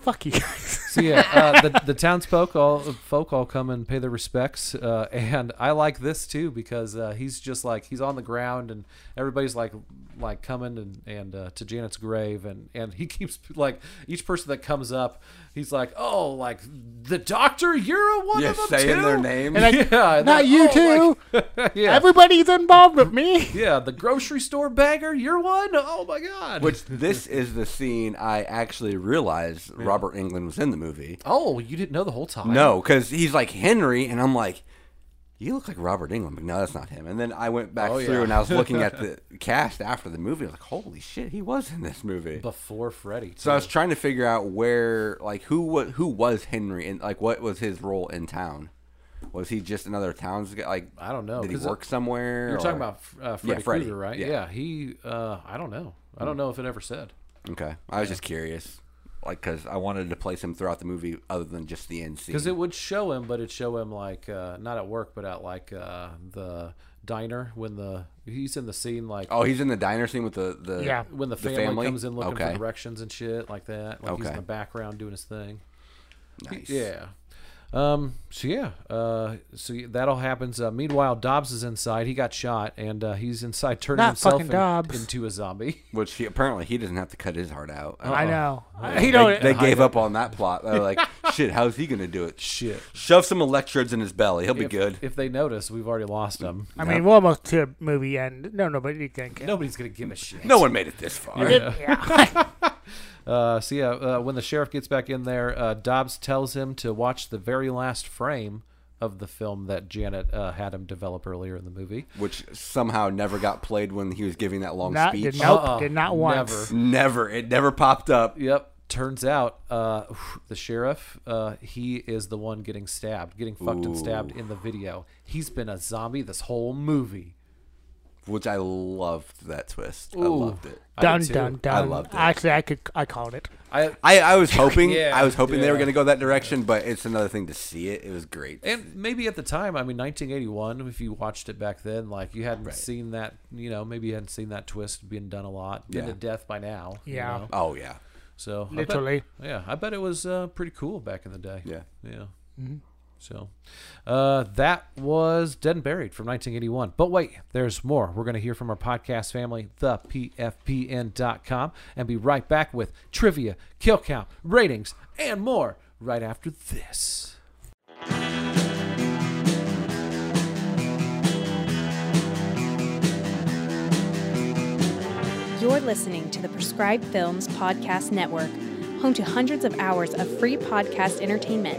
Speaker 1: Fuck you guys.
Speaker 3: So yeah, uh, the the townsfolk all folk all come and pay their respects, uh, and I like this too because uh, he's just like he's on the ground and everybody's like like coming and and uh, to Janet's grave and and he keeps like each person that comes up, he's like oh like the doctor you're a one
Speaker 4: Yeah,
Speaker 3: of them
Speaker 4: saying
Speaker 3: too?
Speaker 4: their name.
Speaker 1: And I-
Speaker 3: yeah,
Speaker 1: Not
Speaker 3: and they're,
Speaker 1: you
Speaker 3: "Oh,
Speaker 1: too.
Speaker 3: like- yeah, Uh-uh.
Speaker 1: Everybody's involved but me.
Speaker 3: yeah, the grocery store bagger you're one. Oh my god,
Speaker 4: Which this is the scene I actually realized Robert England was in the movie.
Speaker 3: oh you didn't know the whole time.
Speaker 4: No, because he's like Henry, and I'm like, you look like Robert England. But no, that's not him. And then I went back
Speaker 3: Oh,
Speaker 4: through
Speaker 3: yeah.
Speaker 4: and I was looking at the cast after the movie. I was like, holy shit, he was in this movie.
Speaker 3: before Freddy.
Speaker 4: So I was
Speaker 3: too.
Speaker 4: trying to figure out where, like, who was who was Henry, and like, what was his role in town? Was he just another town's guy? Like,
Speaker 3: I don't know,
Speaker 4: Did he
Speaker 3: 'cause it-
Speaker 4: work somewhere?
Speaker 3: You're
Speaker 4: or-
Speaker 3: talking about uh, Freddy,
Speaker 4: Freddy.
Speaker 3: Krueger, right? Yeah.
Speaker 4: Yeah. Hmm.
Speaker 3: he. Uh, I don't know. I don't know if it ever said.
Speaker 4: Okay, I was just curious, like, because I wanted to place him throughout the movie, other than just the end scene.
Speaker 3: Because it would show him, but it'd show him like uh, not at work, but at like uh, the diner when the he's in the scene like
Speaker 4: oh, he's in the diner scene with the the
Speaker 1: Yeah.
Speaker 3: when the
Speaker 4: the
Speaker 3: family,
Speaker 4: family?
Speaker 3: comes in looking
Speaker 4: Okay.
Speaker 3: for directions and shit like that. Like he's in
Speaker 4: Okay.
Speaker 3: the background doing his thing.
Speaker 4: Nice.
Speaker 3: Yeah. Um, so yeah, uh, so y- that all happens. Uh, meanwhile, Dobbs is inside. He got shot, and uh, he's inside turning
Speaker 1: Not
Speaker 3: himself
Speaker 1: fucking
Speaker 3: in-
Speaker 1: Dobbs.
Speaker 3: into a zombie.
Speaker 4: Which he, apparently he doesn't have to cut his heart out.
Speaker 1: I know. I-
Speaker 4: They,
Speaker 1: You know,
Speaker 4: they gave up on that plot. They're like, shit, how's he gonna do it?
Speaker 3: Shit.
Speaker 4: Shove some electrodes in his belly. He'll be
Speaker 3: If-
Speaker 4: good.
Speaker 3: If they notice, we've already lost him.
Speaker 1: I mean, we're almost to a movie end. No, nobody can kill.
Speaker 3: Nobody's gonna give a shit.
Speaker 4: no one made it this far.
Speaker 1: Yeah.
Speaker 3: Uh, so yeah, uh, when the sheriff gets back in there, uh, Dobbs tells him to watch the very last frame of the film that Janet uh, had him develop earlier in the movie.
Speaker 4: Which somehow never got played when he was giving that long
Speaker 1: Not,
Speaker 4: speech.
Speaker 1: did, nope,
Speaker 3: Uh-uh,
Speaker 1: did not once.
Speaker 3: never.
Speaker 4: Never. It never popped up.
Speaker 3: Yep. Turns out, uh, the sheriff, uh, he is the one getting stabbed, getting fucked and stabbed in the video. He's been a zombie this whole movie.
Speaker 4: Which I loved that twist. I loved it.
Speaker 3: I
Speaker 1: Dun
Speaker 3: did too.
Speaker 1: dun dun.
Speaker 4: loved it.
Speaker 1: Actually, I could. I called it.
Speaker 3: I
Speaker 4: I, I was hoping
Speaker 3: Yeah,
Speaker 4: I was hoping they were
Speaker 3: yeah.
Speaker 4: gonna go that direction, but it's another thing to see it. It was great.
Speaker 3: and maybe at the time, I mean, 1981. If you watched it back then, like you hadn't seen that, you know, maybe you hadn't seen that twist being done a lot, been
Speaker 4: Yeah.
Speaker 3: to death by now. you
Speaker 1: Yeah.
Speaker 3: know?
Speaker 4: oh yeah.
Speaker 3: So I bet-
Speaker 1: Literally.
Speaker 3: yeah, I bet it was uh, pretty cool back in the day.
Speaker 1: Mm-hmm.
Speaker 4: Yeah.
Speaker 3: yeah. So uh, that was Dead and Buried from 1981. But wait, there's more. We're going to hear from our podcast family, thepfpn.com, and be right back with trivia, kill count, ratings, and more right after this.
Speaker 5: You're listening to the Prescribed Films Podcast Network, home to hundreds of hours of free podcast entertainment.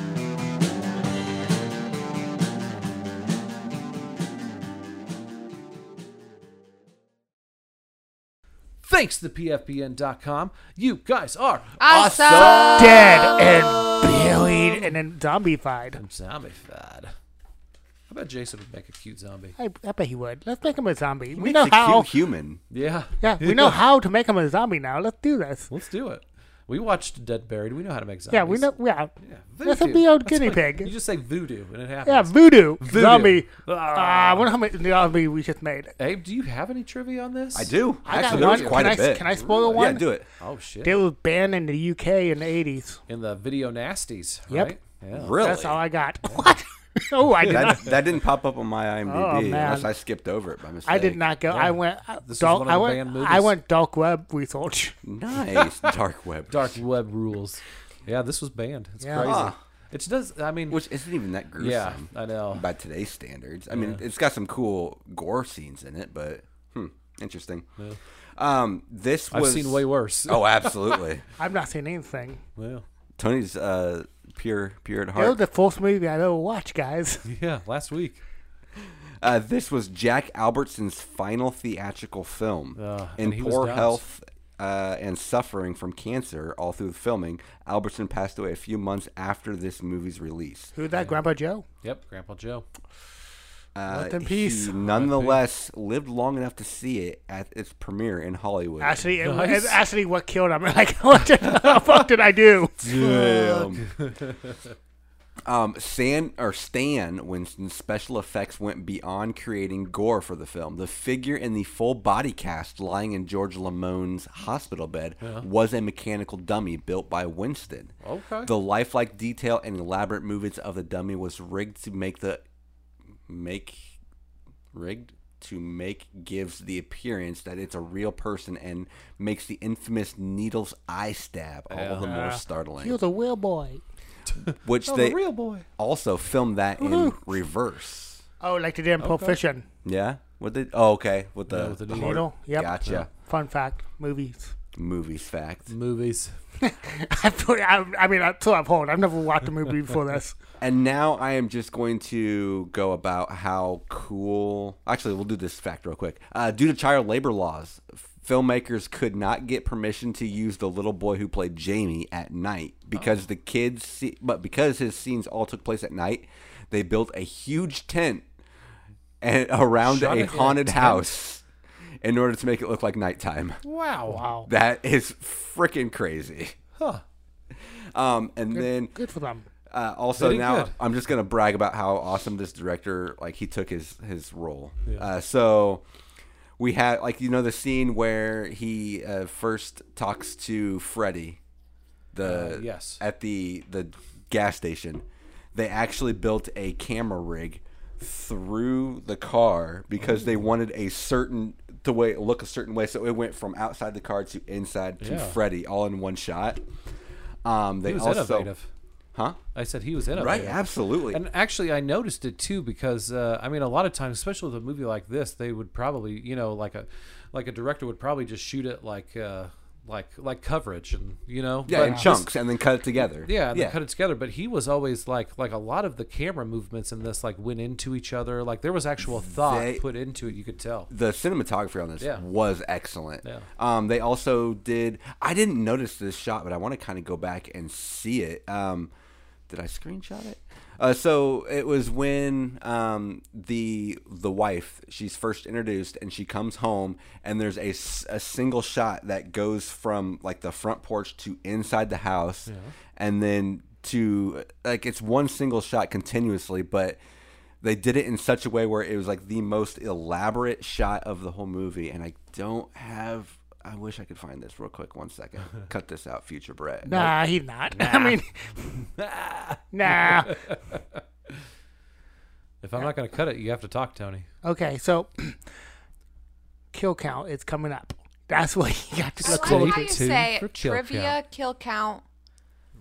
Speaker 3: Thanks to PFPN.com. You guys are
Speaker 2: Awesome.
Speaker 1: Dead and buried and then zombified.
Speaker 3: zombified. I bet Jason would make a cute zombie.
Speaker 1: I, I bet he would. Let's make him a zombie. We
Speaker 4: Makes
Speaker 1: know
Speaker 4: a
Speaker 1: how.
Speaker 4: cute human.
Speaker 3: Yeah.
Speaker 1: Yeah, we know how to make him a zombie now. Let's do this.
Speaker 3: Let's do it. We watched Dead Buried. We know how to make zombies.
Speaker 1: Yeah, we know. Yeah,
Speaker 3: Yeah,
Speaker 1: That's a
Speaker 3: voodoo.
Speaker 1: big old
Speaker 3: That's
Speaker 1: guinea
Speaker 3: what-
Speaker 1: pig.
Speaker 3: You just say voodoo and it happens.
Speaker 1: yeah, voodoo,
Speaker 3: Voodoo.
Speaker 1: zombie.
Speaker 3: Ah.
Speaker 1: Ah, I wonder how many zombie we just made.
Speaker 3: Abe, do you have any trivia on this?
Speaker 4: I do.
Speaker 1: I got
Speaker 4: Actually,
Speaker 1: one.
Speaker 4: there's quite
Speaker 1: can
Speaker 4: a
Speaker 1: I,
Speaker 4: bit.
Speaker 1: Can I spoil
Speaker 4: yeah,
Speaker 1: one?
Speaker 4: do it.
Speaker 3: Oh shit!
Speaker 1: They was banned in the UK in the eighties.
Speaker 3: In the video nasties,
Speaker 1: Yep.
Speaker 3: right? Yeah.
Speaker 4: Really?
Speaker 1: That's all I got. What? oh, I did not.
Speaker 4: that, that didn't pop up on my IMDb
Speaker 1: Oh,
Speaker 4: unless
Speaker 1: man.
Speaker 4: I skipped over it by mistake.
Speaker 1: I did not go. I went. I-
Speaker 3: This is
Speaker 1: dark-
Speaker 3: one of
Speaker 1: I
Speaker 3: the
Speaker 1: went.
Speaker 3: banned movies.
Speaker 1: I went dark web research.
Speaker 4: Nice dark web,
Speaker 3: Dark web rules. Yeah, this was banned. It's
Speaker 1: Yeah.
Speaker 3: crazy.
Speaker 4: Ah.
Speaker 3: It does. I mean,
Speaker 4: which isn't even that gruesome.
Speaker 3: yeah, I know.
Speaker 4: by today's standards. I mean, it's got some cool gore scenes in it, but hmm, interesting. Um, this
Speaker 3: I've
Speaker 4: was
Speaker 3: seen way worse.
Speaker 4: Oh, absolutely.
Speaker 1: I've not seen anything.
Speaker 3: Well,
Speaker 4: Tony's uh, pure, pure at
Speaker 1: It was
Speaker 4: heart.
Speaker 1: the first movie I ever watched, guys.
Speaker 3: yeah. Last week.
Speaker 4: Uh, this was Jack Albertson's final theatrical film.
Speaker 3: Uh,
Speaker 4: in
Speaker 3: and he was
Speaker 4: poor
Speaker 3: doused.
Speaker 4: health uh, and suffering from cancer all through filming, Albertson passed away a few months after this movie's release.
Speaker 1: Who's that, Grandpa Joe?
Speaker 3: Yep. Grandpa Joe.
Speaker 4: Uh,
Speaker 1: in peace.
Speaker 4: He nonetheless lived long enough to see it at its premiere in Hollywood.
Speaker 1: Actually, it, was-
Speaker 3: Nice.
Speaker 1: it's actually what killed him. Like, what the fuck did I do?
Speaker 4: Damn. um, San or Stan Winston's special effects went beyond creating gore for the film. The figure in the full body cast lying in George Lamone's hospital bed was a mechanical dummy built by Winston.
Speaker 3: Okay.
Speaker 4: The lifelike detail and elaborate movements of the dummy was rigged to make the make rigged to make gives the appearance that it's a real person and makes the infamous needle's eye stab all the more startling
Speaker 1: He was a real boy.
Speaker 4: which
Speaker 3: Oh,
Speaker 4: they
Speaker 3: the real boy.
Speaker 4: also filmed that in reverse.
Speaker 1: Oh, like they did in Pulp Fiction.
Speaker 4: Yeah, what they? Oh, okay, with the,
Speaker 3: Yeah, with the
Speaker 4: the
Speaker 3: needle.
Speaker 4: heart-
Speaker 1: Needle, yep.
Speaker 4: Oh, Gotcha.
Speaker 1: Fun fact: movies.
Speaker 4: Movies fact.
Speaker 3: Movies.
Speaker 1: I, feel- I, I mean, until I'm old, I've never watched a movie before this.
Speaker 4: And now I am just going to go about how cool. Actually, we'll do this fact real quick. Uh, due to child labor laws, filmmakers could not get permission to use the little boy who played Jamie at night because the kids. See, but because his scenes all took place at night, they built a huge tent and around
Speaker 3: Shot it
Speaker 4: a
Speaker 3: in a
Speaker 4: haunted
Speaker 3: tent?
Speaker 4: house in order to make it look like nighttime.
Speaker 3: Wow.
Speaker 1: Wow,
Speaker 4: That is freaking crazy.
Speaker 3: Huh.
Speaker 4: Um, and then
Speaker 1: good for them.
Speaker 4: uh, also
Speaker 3: They did
Speaker 4: now
Speaker 3: good.
Speaker 4: I'm just gonna brag about how awesome this director like he took his his role. Uh, so we had like you know the scene where he uh, first talks to Freddy, the
Speaker 3: Uh, yes.
Speaker 4: at the the gas station. They actually built a camera rig through the car because
Speaker 3: Oh.
Speaker 4: they wanted a certain to way look a certain way. So it went from outside the car to inside to
Speaker 3: Yeah.
Speaker 4: Freddy all in one shot. Um, they
Speaker 3: He was
Speaker 4: also
Speaker 3: innovative.
Speaker 4: huh.
Speaker 3: I said he was innovative.
Speaker 4: Right, absolutely.
Speaker 3: And actually, I noticed it too because uh, I mean, a lot of times, especially with a movie like this, they would probably, you know, like a like a director would probably just shoot it like uh, like like coverage, and you know,
Speaker 4: yeah,
Speaker 3: but
Speaker 4: in
Speaker 3: this-
Speaker 4: chunks, and then cut it together.
Speaker 3: yeah, and
Speaker 4: yeah.
Speaker 3: they cut it together. But he was always like like a lot of the camera movements in this like went into each other. Like there was actual thought
Speaker 4: They-
Speaker 3: put into it. You could tell.
Speaker 4: the cinematography on this
Speaker 3: Yeah.
Speaker 4: was excellent.
Speaker 3: Yeah.
Speaker 4: Um, they also did. I didn't notice this shot, but I want to kind of go back and see it. Um, did I screenshot it? Uh, so it was when um, the the wife she's first introduced and she comes home and there's a, s- a single shot that goes from like the front porch to inside the house and then to like it's one single shot continuously but they did it in such a way where it was like the most elaborate shot of the whole movie and I don't have I wish I could find this real quick one second cut this out future Brett
Speaker 1: Nah, he's not. I mean, nah.
Speaker 3: If I'm not going to cut it, you have to talk, Tony.
Speaker 1: Okay, so kill count is coming up. That's what you got to
Speaker 2: I
Speaker 1: look
Speaker 2: like
Speaker 1: for.
Speaker 3: forward
Speaker 2: how you
Speaker 3: to two
Speaker 2: say
Speaker 3: for kill
Speaker 2: trivia,
Speaker 3: count.
Speaker 2: kill count,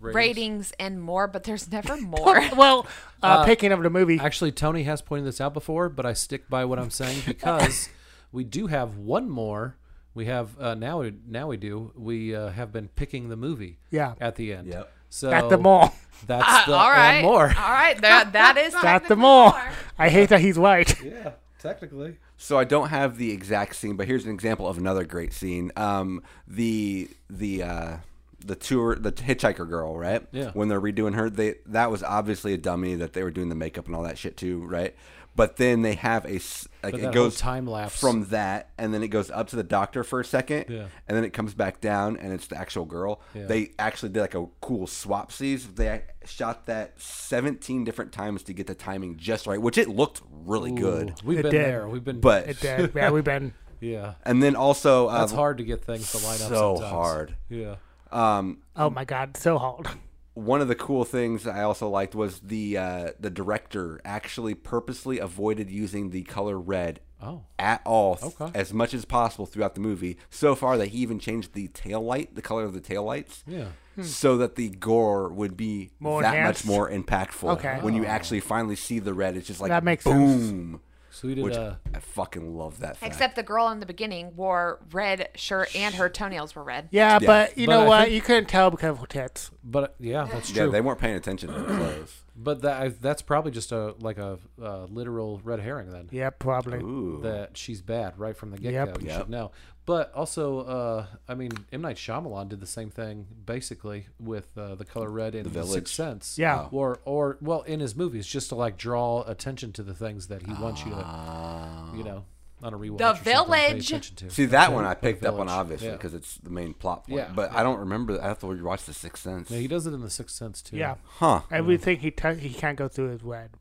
Speaker 2: ratings, and more, but there's never more.
Speaker 1: Well, uh, picking up the movie.
Speaker 3: Actually, Tony has pointed this out before, but I stick by what I'm saying because we do have one more. We have uh, now. Now we do. We uh, have been picking the movie.
Speaker 1: Yeah.
Speaker 3: At the end.
Speaker 4: Yep. Ah,
Speaker 3: So
Speaker 1: At the mall.
Speaker 3: That's the
Speaker 2: all right,
Speaker 3: and more.
Speaker 2: all right, that that is
Speaker 1: At the
Speaker 2: technically
Speaker 1: mall.
Speaker 2: more.
Speaker 1: I hate that he's white.
Speaker 3: Yeah, technically.
Speaker 4: So I don't have the exact scene, but here's an example of another great scene. Um, the the uh, the tour the hitchhiker girl, right?
Speaker 3: Yeah.
Speaker 4: When they're redoing her, they that was obviously a dummy that they were doing the makeup and all that shit too, right? But then they have a s- like
Speaker 3: But
Speaker 4: it
Speaker 3: that whole
Speaker 4: goes
Speaker 3: time lapse.
Speaker 4: from that, and then it goes up to the doctor for a second,
Speaker 3: Yeah.
Speaker 4: and then it comes back down, and it's the actual girl.
Speaker 3: Yeah.
Speaker 4: They actually did like a cool swapsies. They shot that 17 different times to get the timing just right, which it looked really good.
Speaker 3: We've
Speaker 1: It
Speaker 3: been
Speaker 1: did.
Speaker 3: there. We've been.
Speaker 4: But
Speaker 1: It did. Yeah, we've been.
Speaker 3: yeah,
Speaker 4: and then also, uh,
Speaker 3: it's hard to get things to line up.
Speaker 4: so
Speaker 3: sometimes.
Speaker 4: hard.
Speaker 3: Yeah.
Speaker 1: Oh my God, so hard.
Speaker 4: One of the cool things I also liked was the uh, the director actually purposely avoided using the color red
Speaker 3: Oh.
Speaker 4: at all th-
Speaker 3: Okay.
Speaker 4: as much as possible throughout the movie. So far that he even changed the tail light, the color of the tail lights,
Speaker 3: Yeah. Hmm.
Speaker 4: so that the gore would be
Speaker 1: More
Speaker 4: that
Speaker 1: enhanced?
Speaker 4: much more impactful.
Speaker 1: Okay.
Speaker 4: When
Speaker 3: Oh.
Speaker 4: you actually finally see the red, it's just like
Speaker 1: That makes sense.
Speaker 4: boom.
Speaker 3: So we did.
Speaker 4: Which
Speaker 3: uh,
Speaker 4: I fucking love that. Fact.
Speaker 2: Except the girl in the beginning wore red shirt and her toenails were red.
Speaker 1: Yeah, but you
Speaker 3: But
Speaker 1: know
Speaker 3: I
Speaker 1: what?
Speaker 3: think-
Speaker 1: you couldn't tell because of her tits.
Speaker 3: but uh, yeah, that's
Speaker 4: yeah,
Speaker 3: true.
Speaker 4: they weren't paying attention to the clothes.
Speaker 3: But that I, that's probably just a like a uh, literal red herring then.
Speaker 1: Yeah, probably.
Speaker 3: That she's bad right from the get go.
Speaker 1: Yep.
Speaker 3: You
Speaker 4: Yep.
Speaker 3: should know. But also, uh, I mean, M Night Shyamalan did the same thing basically with uh, the color red in The, Sixth
Speaker 4: Village.
Speaker 3: Sense.
Speaker 1: Yeah. Wow.
Speaker 3: Or or well, in his movies, just to like draw attention to the things that he wants you
Speaker 4: Ah.
Speaker 3: to, you know, on a rewatch.
Speaker 2: The
Speaker 3: or something, pay
Speaker 2: Village.
Speaker 3: attention to.
Speaker 4: See that one I picked up on
Speaker 3: Village,
Speaker 4: obviously
Speaker 3: yeah.
Speaker 4: because it's the main plot point.
Speaker 3: Yeah,
Speaker 4: but I don't remember. I have to rewatch The Sixth Sense.
Speaker 3: Yeah, he does it in The Sixth Sense too.
Speaker 1: Yeah.
Speaker 4: Huh?
Speaker 1: Everything he t- he can't go through is red.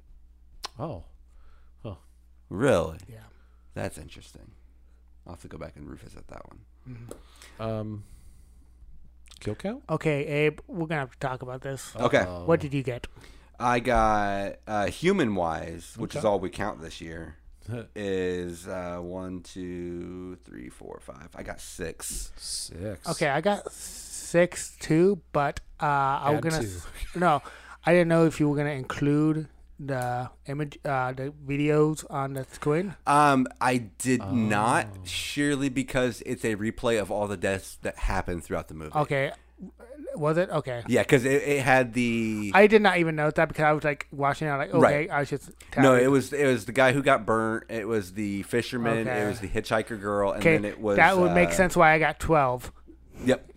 Speaker 3: Oh. Huh.
Speaker 4: Really?
Speaker 1: Yeah.
Speaker 4: That's interesting. I'll have to go back and revisit that one.
Speaker 3: Um. Kill count.
Speaker 1: Okay, Abe, we're gonna have to talk about this.
Speaker 4: Okay.
Speaker 1: What did you get?
Speaker 4: I got uh, human wise, which is all we count this year, is uh, one, two, three, four, five. I got six.
Speaker 3: Six.
Speaker 1: Okay, I got six two, but uh, I was
Speaker 3: Add
Speaker 1: gonna
Speaker 3: two.
Speaker 1: s- no. I didn't know if you were gonna include the image, uh, the videos on the screen.
Speaker 4: Um, I did not
Speaker 3: Oh.
Speaker 4: surely because it's a replay of all the deaths that happened throughout the movie.
Speaker 1: Okay, was it okay?
Speaker 4: Yeah, because it, it had the
Speaker 1: I did not even note that because I was like watching. it, I'm like, okay,
Speaker 4: Right.
Speaker 1: I should.
Speaker 4: No, it was it was the guy who got burnt. It was the fisherman.
Speaker 1: Okay.
Speaker 4: It was the hitchhiker girl, and
Speaker 1: Okay,
Speaker 4: then it was
Speaker 1: that would make
Speaker 4: uh,
Speaker 1: sense why I got twelve
Speaker 4: Yep,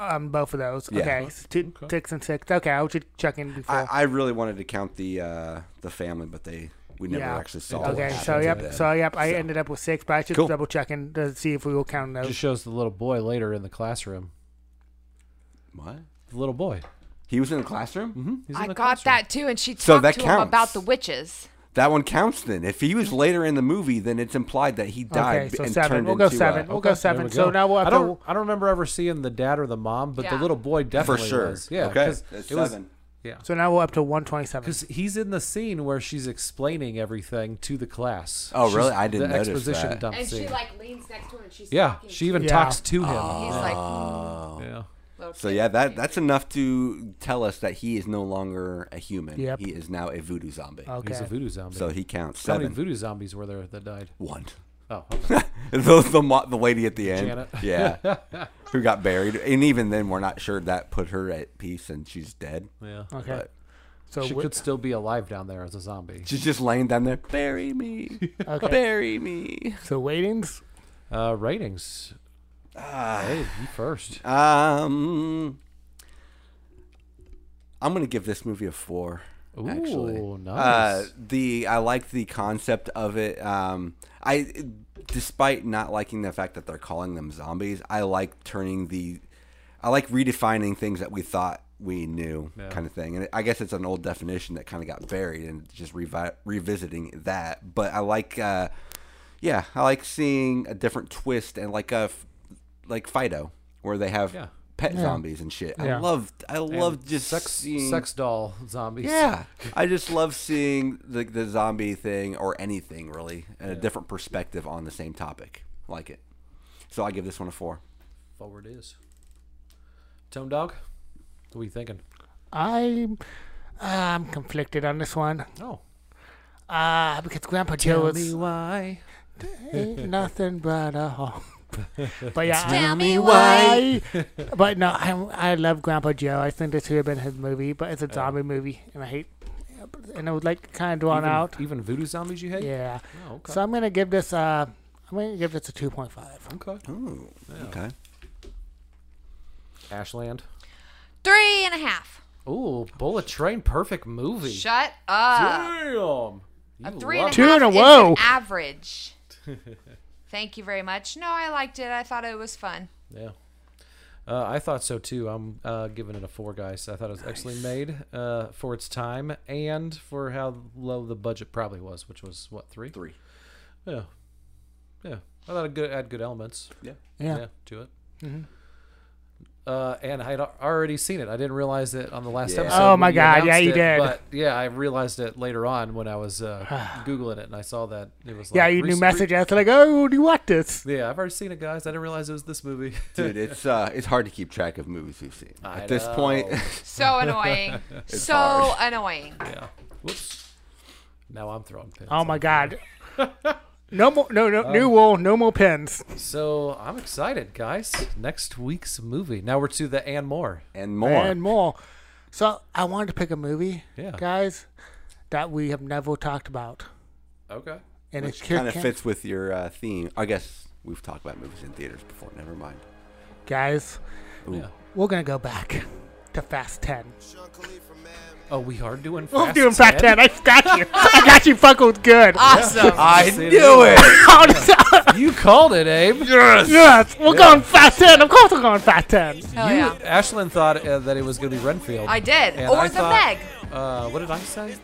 Speaker 1: on both of those.
Speaker 4: Yeah.
Speaker 1: Okay, s- two, six and six. Okay, I was just checking before.
Speaker 4: I, I really wanted to count the uh, the family, but they we never
Speaker 1: Yeah.
Speaker 4: actually saw.
Speaker 1: okay,
Speaker 4: what
Speaker 1: so
Speaker 4: happened to
Speaker 1: yep,
Speaker 4: them.
Speaker 1: so yep, I ended up with six, but I should
Speaker 4: Cool.
Speaker 1: double checking to see if we will count those.
Speaker 3: Just shows the little boy later in the classroom.
Speaker 4: what?
Speaker 3: The little boy.
Speaker 4: He was in the classroom. Mm-hmm.
Speaker 3: He's in
Speaker 2: I
Speaker 3: the
Speaker 2: got
Speaker 3: classroom.
Speaker 2: that too, and she talked
Speaker 4: So that
Speaker 2: to him
Speaker 4: counts.
Speaker 2: about the witches.
Speaker 4: That one counts then. If he was later in the movie, then it's implied that he died
Speaker 1: Okay, so
Speaker 4: and
Speaker 1: seven.
Speaker 4: turned
Speaker 1: We'll go
Speaker 4: into
Speaker 1: seven.
Speaker 4: uh,
Speaker 1: We'll go
Speaker 3: Okay, there
Speaker 1: seven.
Speaker 3: we
Speaker 1: So
Speaker 3: go.
Speaker 1: now we'll have
Speaker 3: I don't.
Speaker 1: to.
Speaker 3: I don't remember ever seeing the dad or the mom, but the
Speaker 2: Yeah.
Speaker 3: little boy
Speaker 4: for
Speaker 3: definitely
Speaker 4: sure.
Speaker 3: was. Yeah.
Speaker 4: okay,
Speaker 3: 'cause
Speaker 4: that's
Speaker 3: it was-
Speaker 4: seven.
Speaker 3: yeah.
Speaker 1: So now we're up to one twenty-seven.
Speaker 3: Because he's in the scene where she's explaining everything to the class.
Speaker 4: Oh,
Speaker 3: She's-
Speaker 4: really? I didn't
Speaker 3: the
Speaker 4: notice
Speaker 3: exposition
Speaker 4: that.
Speaker 3: dump scene.
Speaker 6: like leans next to him and she's
Speaker 3: yeah, she even Uh.
Speaker 1: Yeah.
Speaker 3: talks to him.
Speaker 4: Oh.
Speaker 2: He's like,
Speaker 3: yeah.
Speaker 4: So yeah, that that's enough to tell us that he is no longer a human.
Speaker 1: Yep.
Speaker 4: He is now a voodoo zombie.
Speaker 1: okay.
Speaker 3: He's a voodoo zombie.
Speaker 4: So he counts
Speaker 3: How many
Speaker 4: seven.
Speaker 3: voodoo zombies were there that died?
Speaker 4: One.
Speaker 3: Oh, okay.
Speaker 4: the, the mo- the lady at the end,
Speaker 3: Janet.
Speaker 4: yeah, who got buried, and even then we're not sure that put her at peace, and she's dead.
Speaker 3: yeah.
Speaker 1: okay. So
Speaker 3: She
Speaker 1: we-
Speaker 3: could still be alive down there as a zombie.
Speaker 4: She's just laying down there. Bury me,
Speaker 1: Okay.
Speaker 4: bury me.
Speaker 1: so ratings.
Speaker 3: Uh, ratings.
Speaker 4: Ah.
Speaker 3: hey, you first.
Speaker 4: Um, I'm gonna give this movie a four.
Speaker 3: Ooh,
Speaker 4: actually.
Speaker 3: nice.
Speaker 4: Uh, the I like the concept of it. Um, I, despite not liking the fact that they're calling them zombies, I like turning the, I like redefining things that we thought we knew, kind of thing. And I guess it's an old definition that kind of got buried, and just revi- revisiting that. But I like, uh, yeah, I like seeing a different twist and like a, f- like Fido, where they have.
Speaker 3: Yeah.
Speaker 4: Pet zombies and shit. I
Speaker 1: Yeah.
Speaker 4: love, I love just
Speaker 3: sex
Speaker 4: seeing
Speaker 3: sex doll zombies.
Speaker 4: yeah, I just love seeing the the zombie thing or anything really, and a different perspective on the same topic. Like it, so I give this one a four.
Speaker 3: Forward is. Tone dog. What are you thinking?
Speaker 1: I'm I'm conflicted on this one.
Speaker 3: Oh,
Speaker 1: Uh, because Grandpa Joe is
Speaker 3: why.
Speaker 1: ain't nothing but a home. But yeah, I-
Speaker 5: me
Speaker 1: I, but no, I I love Grandpa Joe. I think this would have been his movie, but
Speaker 3: Oh.
Speaker 1: it's a zombie movie, and I hate, and it was like kind of drawn
Speaker 3: Even,
Speaker 1: out.
Speaker 3: even voodoo zombies you hate?
Speaker 1: Yeah.
Speaker 3: Oh, okay.
Speaker 1: So I'm gonna give this. Uh, I'm gonna give this a two point five.
Speaker 3: okay.
Speaker 4: Ooh, okay.
Speaker 3: Ashland.
Speaker 2: Three and a half.
Speaker 3: Ooh, Bullet Train, perfect movie.
Speaker 2: Shut up.
Speaker 3: Damn. You
Speaker 2: A three and a half
Speaker 1: Two in a
Speaker 2: is
Speaker 1: row.
Speaker 2: an average. Thank you very much. No, I liked it. I thought it was fun.
Speaker 3: Yeah. Uh, I thought so too. I'm uh, giving it a four, guys. I thought it was excellently made uh, for its time and for how low the budget probably was, which was what three?
Speaker 4: Three.
Speaker 3: Yeah, yeah. I thought it good had good elements.
Speaker 4: Yeah.
Speaker 1: Yeah.
Speaker 3: to it. Mm-hmm. Uh, and I had al- already seen it. I didn't realize it on the last
Speaker 4: Yeah.
Speaker 3: episode.
Speaker 1: Oh
Speaker 3: when
Speaker 1: my God, yeah,
Speaker 3: announced
Speaker 1: you
Speaker 3: it,
Speaker 1: did.
Speaker 3: But yeah, I realized it later on when I was uh, googling it, and I saw that it was. Like
Speaker 1: Yeah, you
Speaker 3: re-
Speaker 1: new message. I was like, oh, do you want this?
Speaker 3: re- yeah, I've already seen it, guys. I didn't realize it was this movie.
Speaker 4: Dude, it's uh, it's hard to keep track of movies we've seen
Speaker 3: I
Speaker 4: at this point.
Speaker 3: know.
Speaker 2: So annoying. so
Speaker 4: hard.
Speaker 2: annoying.
Speaker 3: yeah. Whoops. Now I'm throwing pins.
Speaker 1: Oh my god. No more, no, no,
Speaker 3: Um,
Speaker 1: new wool, no more pens.
Speaker 3: So I'm excited, guys. Next week's movie. Now we're to the and more.
Speaker 4: and more.
Speaker 1: and more. So I wanted to pick a movie,
Speaker 3: Yeah.
Speaker 1: guys, that we have never talked about,
Speaker 3: Okay.
Speaker 1: and
Speaker 4: which
Speaker 1: it's kind
Speaker 4: kind of fits with your uh, theme. I guess we've talked about movies in theaters before. Never mind.
Speaker 1: guys.
Speaker 4: Ooh.
Speaker 3: Yeah.
Speaker 1: We're gonna go back to Fast Ten.
Speaker 3: Oh, we are doing.
Speaker 1: We're
Speaker 3: Fast
Speaker 1: doing Fast
Speaker 3: 10?
Speaker 1: Ten. Oh, I got you. I got you. Fuck was good.
Speaker 2: Awesome.
Speaker 4: I
Speaker 3: Seen
Speaker 4: knew it.
Speaker 3: You called it, Abe.
Speaker 1: yes, we're going Fast Ten. Of course, we're going Fast Ten.
Speaker 2: Hell Oh, yeah.
Speaker 3: Ashlyn thought uh, that it was going to be Renfield.
Speaker 2: I did.
Speaker 3: And
Speaker 2: or
Speaker 3: I
Speaker 2: the
Speaker 3: thought-
Speaker 2: Meg.
Speaker 3: Uh, what did I say?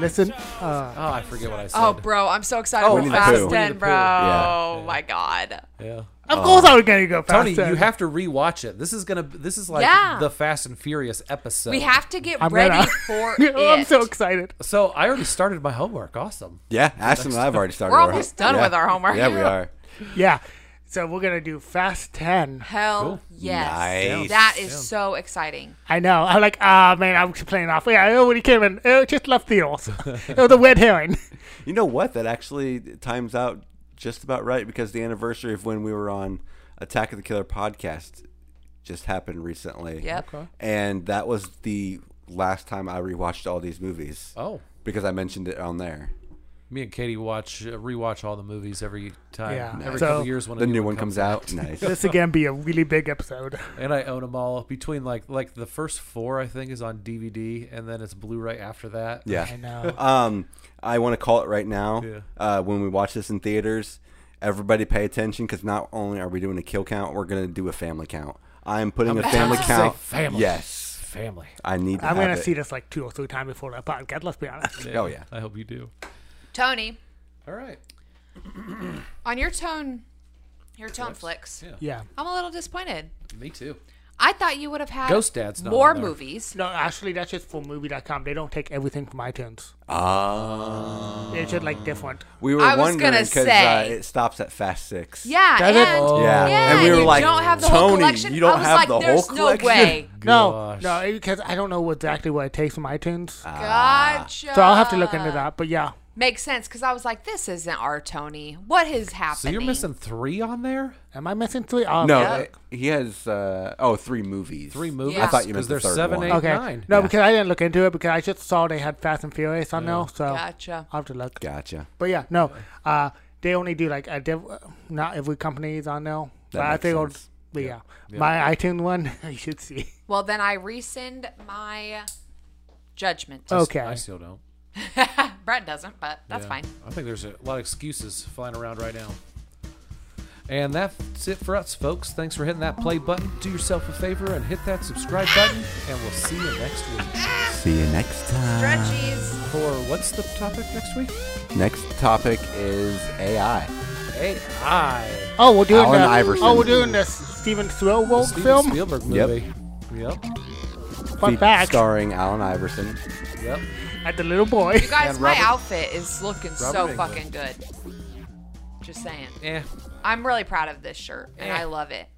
Speaker 1: Listen, uh,
Speaker 3: Oh, I forget what I said.
Speaker 2: Oh, bro, I'm so excited
Speaker 3: Oh,
Speaker 2: for
Speaker 4: Winnie the Pooh.
Speaker 2: Fast
Speaker 4: Winnie
Speaker 2: 10,
Speaker 3: the Pooh.
Speaker 2: bro.
Speaker 4: Yeah.
Speaker 2: Oh my god.
Speaker 3: yeah.
Speaker 1: of course, I was gonna go Fast
Speaker 3: Tony,
Speaker 1: Ten.
Speaker 3: you have to rewatch it. This is gonna. This is like
Speaker 2: Yeah.
Speaker 3: the Fast and Furious episode.
Speaker 2: We have to get
Speaker 1: I'm
Speaker 2: ready
Speaker 1: gonna-
Speaker 2: for it.
Speaker 1: Oh, I'm so excited.
Speaker 3: So I already started my homework. Awesome.
Speaker 4: Yeah, Ashton and I have already started.
Speaker 2: We're
Speaker 4: our-
Speaker 2: almost done with our homework.
Speaker 4: Yeah, we are.
Speaker 1: Yeah. So we're gonna do Fast Ten.
Speaker 2: Hell
Speaker 3: Cool.
Speaker 2: yes.
Speaker 4: Nice.
Speaker 2: That is so exciting.
Speaker 1: I know. I'm like, ah, man, I'm just playing off. Yeah, oh, when he came in, it just left the oars. it was a red herring.
Speaker 4: You know what? That actually times out just about right because the anniversary of when we were on Attack of the Killer podcast just happened recently.
Speaker 2: Yep. Okay.
Speaker 4: And that was the last time I rewatched all these movies
Speaker 3: Oh,
Speaker 4: because I mentioned it on there.
Speaker 3: me and Katie watch uh, rewatch all the movies every time.
Speaker 1: Yeah.
Speaker 3: Every
Speaker 1: So-
Speaker 3: couple years when a
Speaker 4: The new one comes out. Nice.
Speaker 1: this again be a really big episode.
Speaker 3: and I own them all between like like the first four I think is on DVD and then it's Blu-ray after that.
Speaker 4: Yeah.
Speaker 1: I know.
Speaker 4: Um, I want to call it right now.
Speaker 3: Yeah.
Speaker 4: Uh, when we watch this in theaters, everybody pay attention because not only are we doing a kill count, we're going to do a family count. I'm putting a family
Speaker 3: Say
Speaker 4: count.
Speaker 3: family.
Speaker 4: Yes.
Speaker 3: Family.
Speaker 4: I need to
Speaker 1: I'm
Speaker 4: have
Speaker 1: gonna
Speaker 4: it.
Speaker 1: see this like two or three times before that podcast. Let's be honest.
Speaker 4: Oh, yeah.
Speaker 3: I hope you do.
Speaker 2: Tony,
Speaker 3: All right.
Speaker 2: on your tone your tone flicks.
Speaker 1: Yeah.
Speaker 2: I'm a little disappointed.
Speaker 3: Me too.
Speaker 2: I thought you would have had
Speaker 3: Ghost Dad's not
Speaker 2: more
Speaker 3: on there.
Speaker 2: movies.
Speaker 1: No, actually, that's just for movie.com. They don't take everything from iTunes.
Speaker 4: Ah.
Speaker 1: It's just like different.
Speaker 4: We were
Speaker 2: I was
Speaker 4: wondering
Speaker 2: gonna
Speaker 4: because uh,
Speaker 2: say-
Speaker 4: it stops at Fast Six.
Speaker 2: Yeah,
Speaker 1: Does
Speaker 2: and,
Speaker 1: it?
Speaker 4: Yeah.
Speaker 2: yeah,
Speaker 4: and we were
Speaker 2: you
Speaker 4: like,
Speaker 2: don't have the
Speaker 4: Tony,
Speaker 2: whole collection.
Speaker 4: you don't
Speaker 2: I was
Speaker 4: have
Speaker 2: like,
Speaker 4: the
Speaker 2: there's
Speaker 4: whole
Speaker 2: no
Speaker 4: collection.
Speaker 2: way.
Speaker 1: No,
Speaker 3: Gosh.
Speaker 1: no, because I don't know what exactly what it takes from iTunes.
Speaker 4: Ah.
Speaker 2: Gotcha.
Speaker 1: Ah. so I'll have to look into that. But yeah,
Speaker 2: Makes sense because I was like, this isn't our Tony. What is
Speaker 3: So
Speaker 2: happening?
Speaker 3: you're missing three on there?
Speaker 1: am I missing three? Oh,
Speaker 4: No,
Speaker 1: yeah.
Speaker 4: uh, he has uh, oh three movies.
Speaker 3: Three movies.
Speaker 2: Yeah. I
Speaker 4: thought you
Speaker 3: Because
Speaker 4: meant the
Speaker 3: there's
Speaker 4: third
Speaker 3: seven,
Speaker 4: one.
Speaker 3: eight,
Speaker 1: Okay.
Speaker 3: nine.
Speaker 1: No,
Speaker 4: Yeah.
Speaker 1: because I didn't look into it because I just saw they had Fast and Furious on there. So
Speaker 2: Gotcha.
Speaker 1: I'll have to look.
Speaker 4: Gotcha.
Speaker 1: But yeah, no, uh, they only do like a div- not every company is on there. But I
Speaker 4: makes
Speaker 1: think it'll-
Speaker 4: sense.
Speaker 1: But yeah. my iTunes one, you should see.
Speaker 2: Well, then I rescind my Judgment.
Speaker 1: Okay.
Speaker 3: I still don't.
Speaker 2: Brett doesn't, but that's
Speaker 3: Yeah.
Speaker 2: fine.
Speaker 3: I think there's a lot of excuses flying around right now. And that's it for us, folks. Thanks for hitting that play button. Do yourself a favor and hit that subscribe button, and we'll see you next week.
Speaker 4: See you next time.
Speaker 2: Stretchies.
Speaker 3: For what's the topic next week?
Speaker 4: Next topic is AI.
Speaker 3: AI.
Speaker 1: Oh, we're doing
Speaker 4: Allen
Speaker 1: the,
Speaker 4: Iverson.
Speaker 1: Oh, we're doing the Steven Spielberg
Speaker 3: Steven
Speaker 1: film.
Speaker 3: Spielberg
Speaker 4: Yep.
Speaker 3: movie. Yep. Yep.
Speaker 1: Fun
Speaker 4: Fe-
Speaker 1: fact:
Speaker 4: Starring Alan Iverson.
Speaker 3: Yep.
Speaker 1: at the little boy.
Speaker 2: You guys,
Speaker 3: And
Speaker 2: my
Speaker 3: Robert-
Speaker 2: outfit is looking so
Speaker 3: Robert Englund.
Speaker 2: fucking good. Just saying.
Speaker 3: Eh.
Speaker 2: I'm really proud of this shirt, and
Speaker 3: Eh.
Speaker 2: I love it.